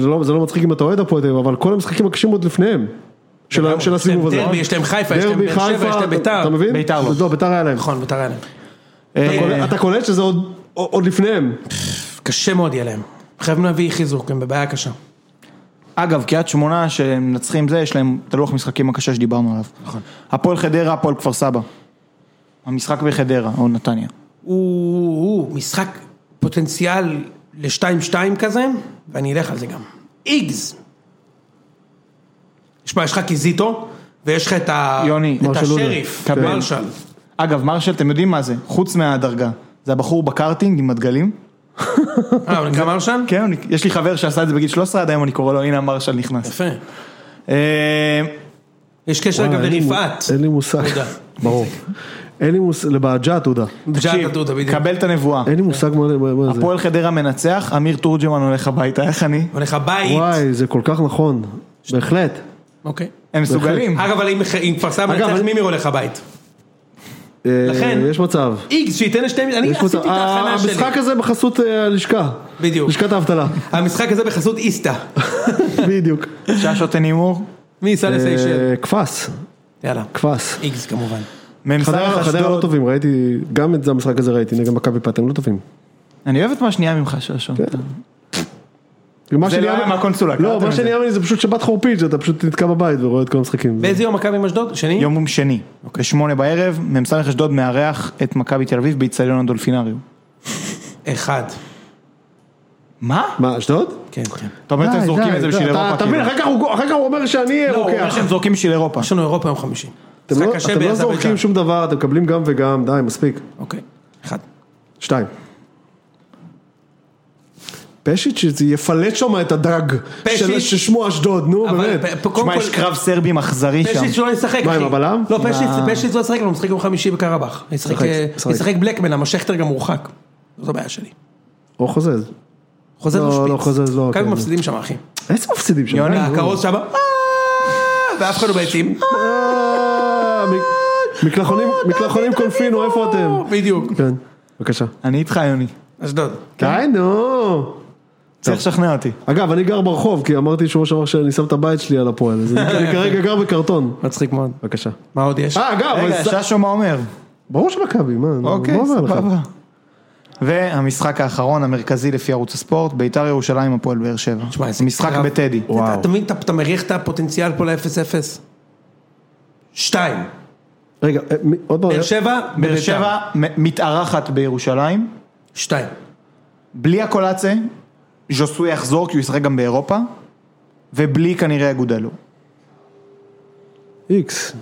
זה לא- זה לא מצחיק אם אתה אוהד הפועל תל אביב, אבל כל המשחקים הקשים עוד לפניהם. של ה- של הסיבוב הזה.
דרבי, יש להם חיפה, יש להם
דרבי,
באר שבע,
חיפה,
יש להם ביתר.
אתה מבין?
ביתר לא.
לא, ביתר היה להם.
נכון, אה, בית"ר היה להם.
אתה קולט- אתה קולט שזה עוד- עוד לפניהם.
קשה מאוד יהיה להם. חייבים להביא חיזוק, הם בבעיה קשה.
אגב, קריית שמונה שמנצחים זה, יש להם את הלוח משחקים הקשה שדיברנו עליו. נכון. הפועל חדרה, הפועל כפר סבא. המשחק בחדרה, או נתניה.
הוא הוא משחק פוטנציאל ל-2-2 כזה, ואני אלך על זה גם. איגז! תשמע, יש לך קיזיטו, ויש לך את ה...
יוני,
את
מרשל לונה.
השריף,
קבל.
מרשל.
אגב, מרשל, אתם יודעים מה זה, חוץ מהדרגה. זה הבחור בקארטינג עם הדגלים.
אה, הוא נקרא מרשל?
כן, אני- יש לי חבר שעשה את זה בגיל 13, עד היום אני קורא לו, הנה המרשל נכנס.
יפה.
אה,
יש קשר
וואי,
גם
אה, אין לי מ-
לרפעת.
אין לי מושג.
תודה.
ברור. אין לי מושג, לבעג'ת עודה.
ג'אד הדודה, בדיוק.
קבל את הנבואה.
אין לי מושג מה מה- מה זה.
הפועל חדרה מנצח, אמיר תורג'מן הולך הביתה, איך אני?
הולך הבית.
וואי, זה כל כך נכון. בהחלט.
אוקיי.
הם מסוגלים.
אגב, אבל אם- אם כפר סבא
אגב,
נצח,
אני-
מימיר הולך הבית.
אה,
לכן-
יש מצב.
איגז, שייתן לשתיהם, אני
יש
עשיתי
מצב. אה,
את ההכנה שלי.
המשחק הזה בחסות אה, הלשכה.
בדיוק.
לשכת האבטלה.
המשחק הזה בחסות איסתא.
בדיוק.
שעה שותן הימור.
מי ייסע לסיישל?
אה, קפס.
יאללה.
קפס.
איגז כמובן.
מ"ס
חדרה חדרה לא
אשדוד.
טובים, ראיתי, גם את זה המשחק הזה ראיתי, נגד מכבי פת, הם לא טובים.
אני אוהב את מה שנייה ממך, ששון.
כן. מה
זה לא
שנהיה-
היה מהקונסולה,
לא,
קראתם
מה
את זה.
שנהיה ממני זה פשוט שבת חורפית, שאתה פשוט נתקע בבית ורואה את כל המשחקים.
באיזה יום מכבי עם אשדוד? שני?
יום שני,
אוקיי.
בשמונה בערב, מ"ס אשדוד מארח את מכבי תל אביב באיצטדיון הדולפינריום.
אחד.
מה?
מה, אשדוד?
כן, כן.
אתה אומר שאתם
די,
זורקים
די,
את זה
די.
בשביל
אתה-
אירופה.
אתה מבין,
כאילו. לא,
אחר כך הוא- אחר כך הוא אומר שאני
הוא אומר
רוקח.
שהם זורקים בשביל אירופה.
יש לנו אירופה יום חמישי.
אתם
משחק
לא-
קשה
אתם לא
באזרבייג'ן.
זורקים שום דבר, אתם מקבלים גם וגם, די, מספיק.
אוקיי, אחד.
שתיים. פשיץ' שזה יפלט שם את הדג
פשיץ'.
של- ששמו אשדוד, נו
אבל
באמת.
פ- פ- קודם
תשמע,
כל,
יש קרב סרבי מחזרי שם.
פשיץ שלא ישחק, אחי.
מה, עם הבלם?
לא, פשיץ- פשיץ לא ישחק, אבל הוא משחק יום חמישי בקרבח. ישחק,
משחק,
אה,
משחק.
ישחק בלקמן, המשכטר גם מורחק. זאת הבעיה שלי.
או חוזז.
חוזז
לא,
משפיץ.
לא, חוזז לא,
מכבי
כן.
מפסידים שם, אחי.
איזה מפסידים שם.
יונה,
אה,
הכרוז שם, "אה", ואף אחד לא בעצים.
אה, מ- מקלחונים,
אה,
מקלחונים קונפינו, איפה אתם?
בדיוק.
כן, בבקשה.
אני איתך, יוני.
אשדוד.
די נו.
צריך לשכנע אותי.
אגב, אני גר ברחוב, כי אמרתי שבוע שעבר שאני שם את הבית שלי על הפועל, אז אני אני כרגע גר בקרטון.
מצחיק מאוד.
בבקה.
מה עוד יש?
אה, אגב,
רגע,
אז-
ששו מה אומר?
ברור שמכבי, מה, נו,
אוקיי,
לא
מה עובר לך?
סבבה. והמשחק האחרון, המרכזי לפי ערוץ הספורט, ביתר ירושלים, הפועל באר שבע.
תשמע, איזה
משחק
קרב.
בטדי.
אתה- אתה מבין, אתה אתה מריח את הפוטנציאל פה ל-0-0? שתיים.
רגע, אה, מי- עוד פעם,
באר
באר
שבע, בביתר.
שבע מ- מתארחת בירושלים,
שתיים.
בלי הקולאצה, ז'וסוי יחזור כי הוא ישחק גם באירופה, ובלי כנראה אגודלו.
איקס,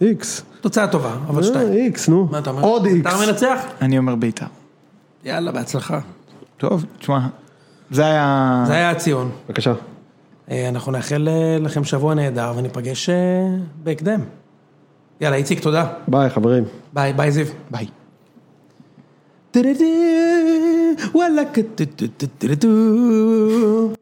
איקס,
תוצאה טובה, אבל שתיים.
אה, איקס, נו,
מה אתה אומר?
עוד איקס.
אתה מנצח?
אני אומר ביתר.
יאללה, בהצלחה.
טוב, תשמע, זה היה...
זה היה הציון.
בבקשה.
אה, אנחנו נאחל אה, לכם שבוע נהדר וניפגש אה, בהקדם. יאללה, איציק, תודה.
ביי חברים.
ביי, ביי זיו.
ביי.
טה-דה-דה, וואלה, כ- טה-טה-טה-טה-טה.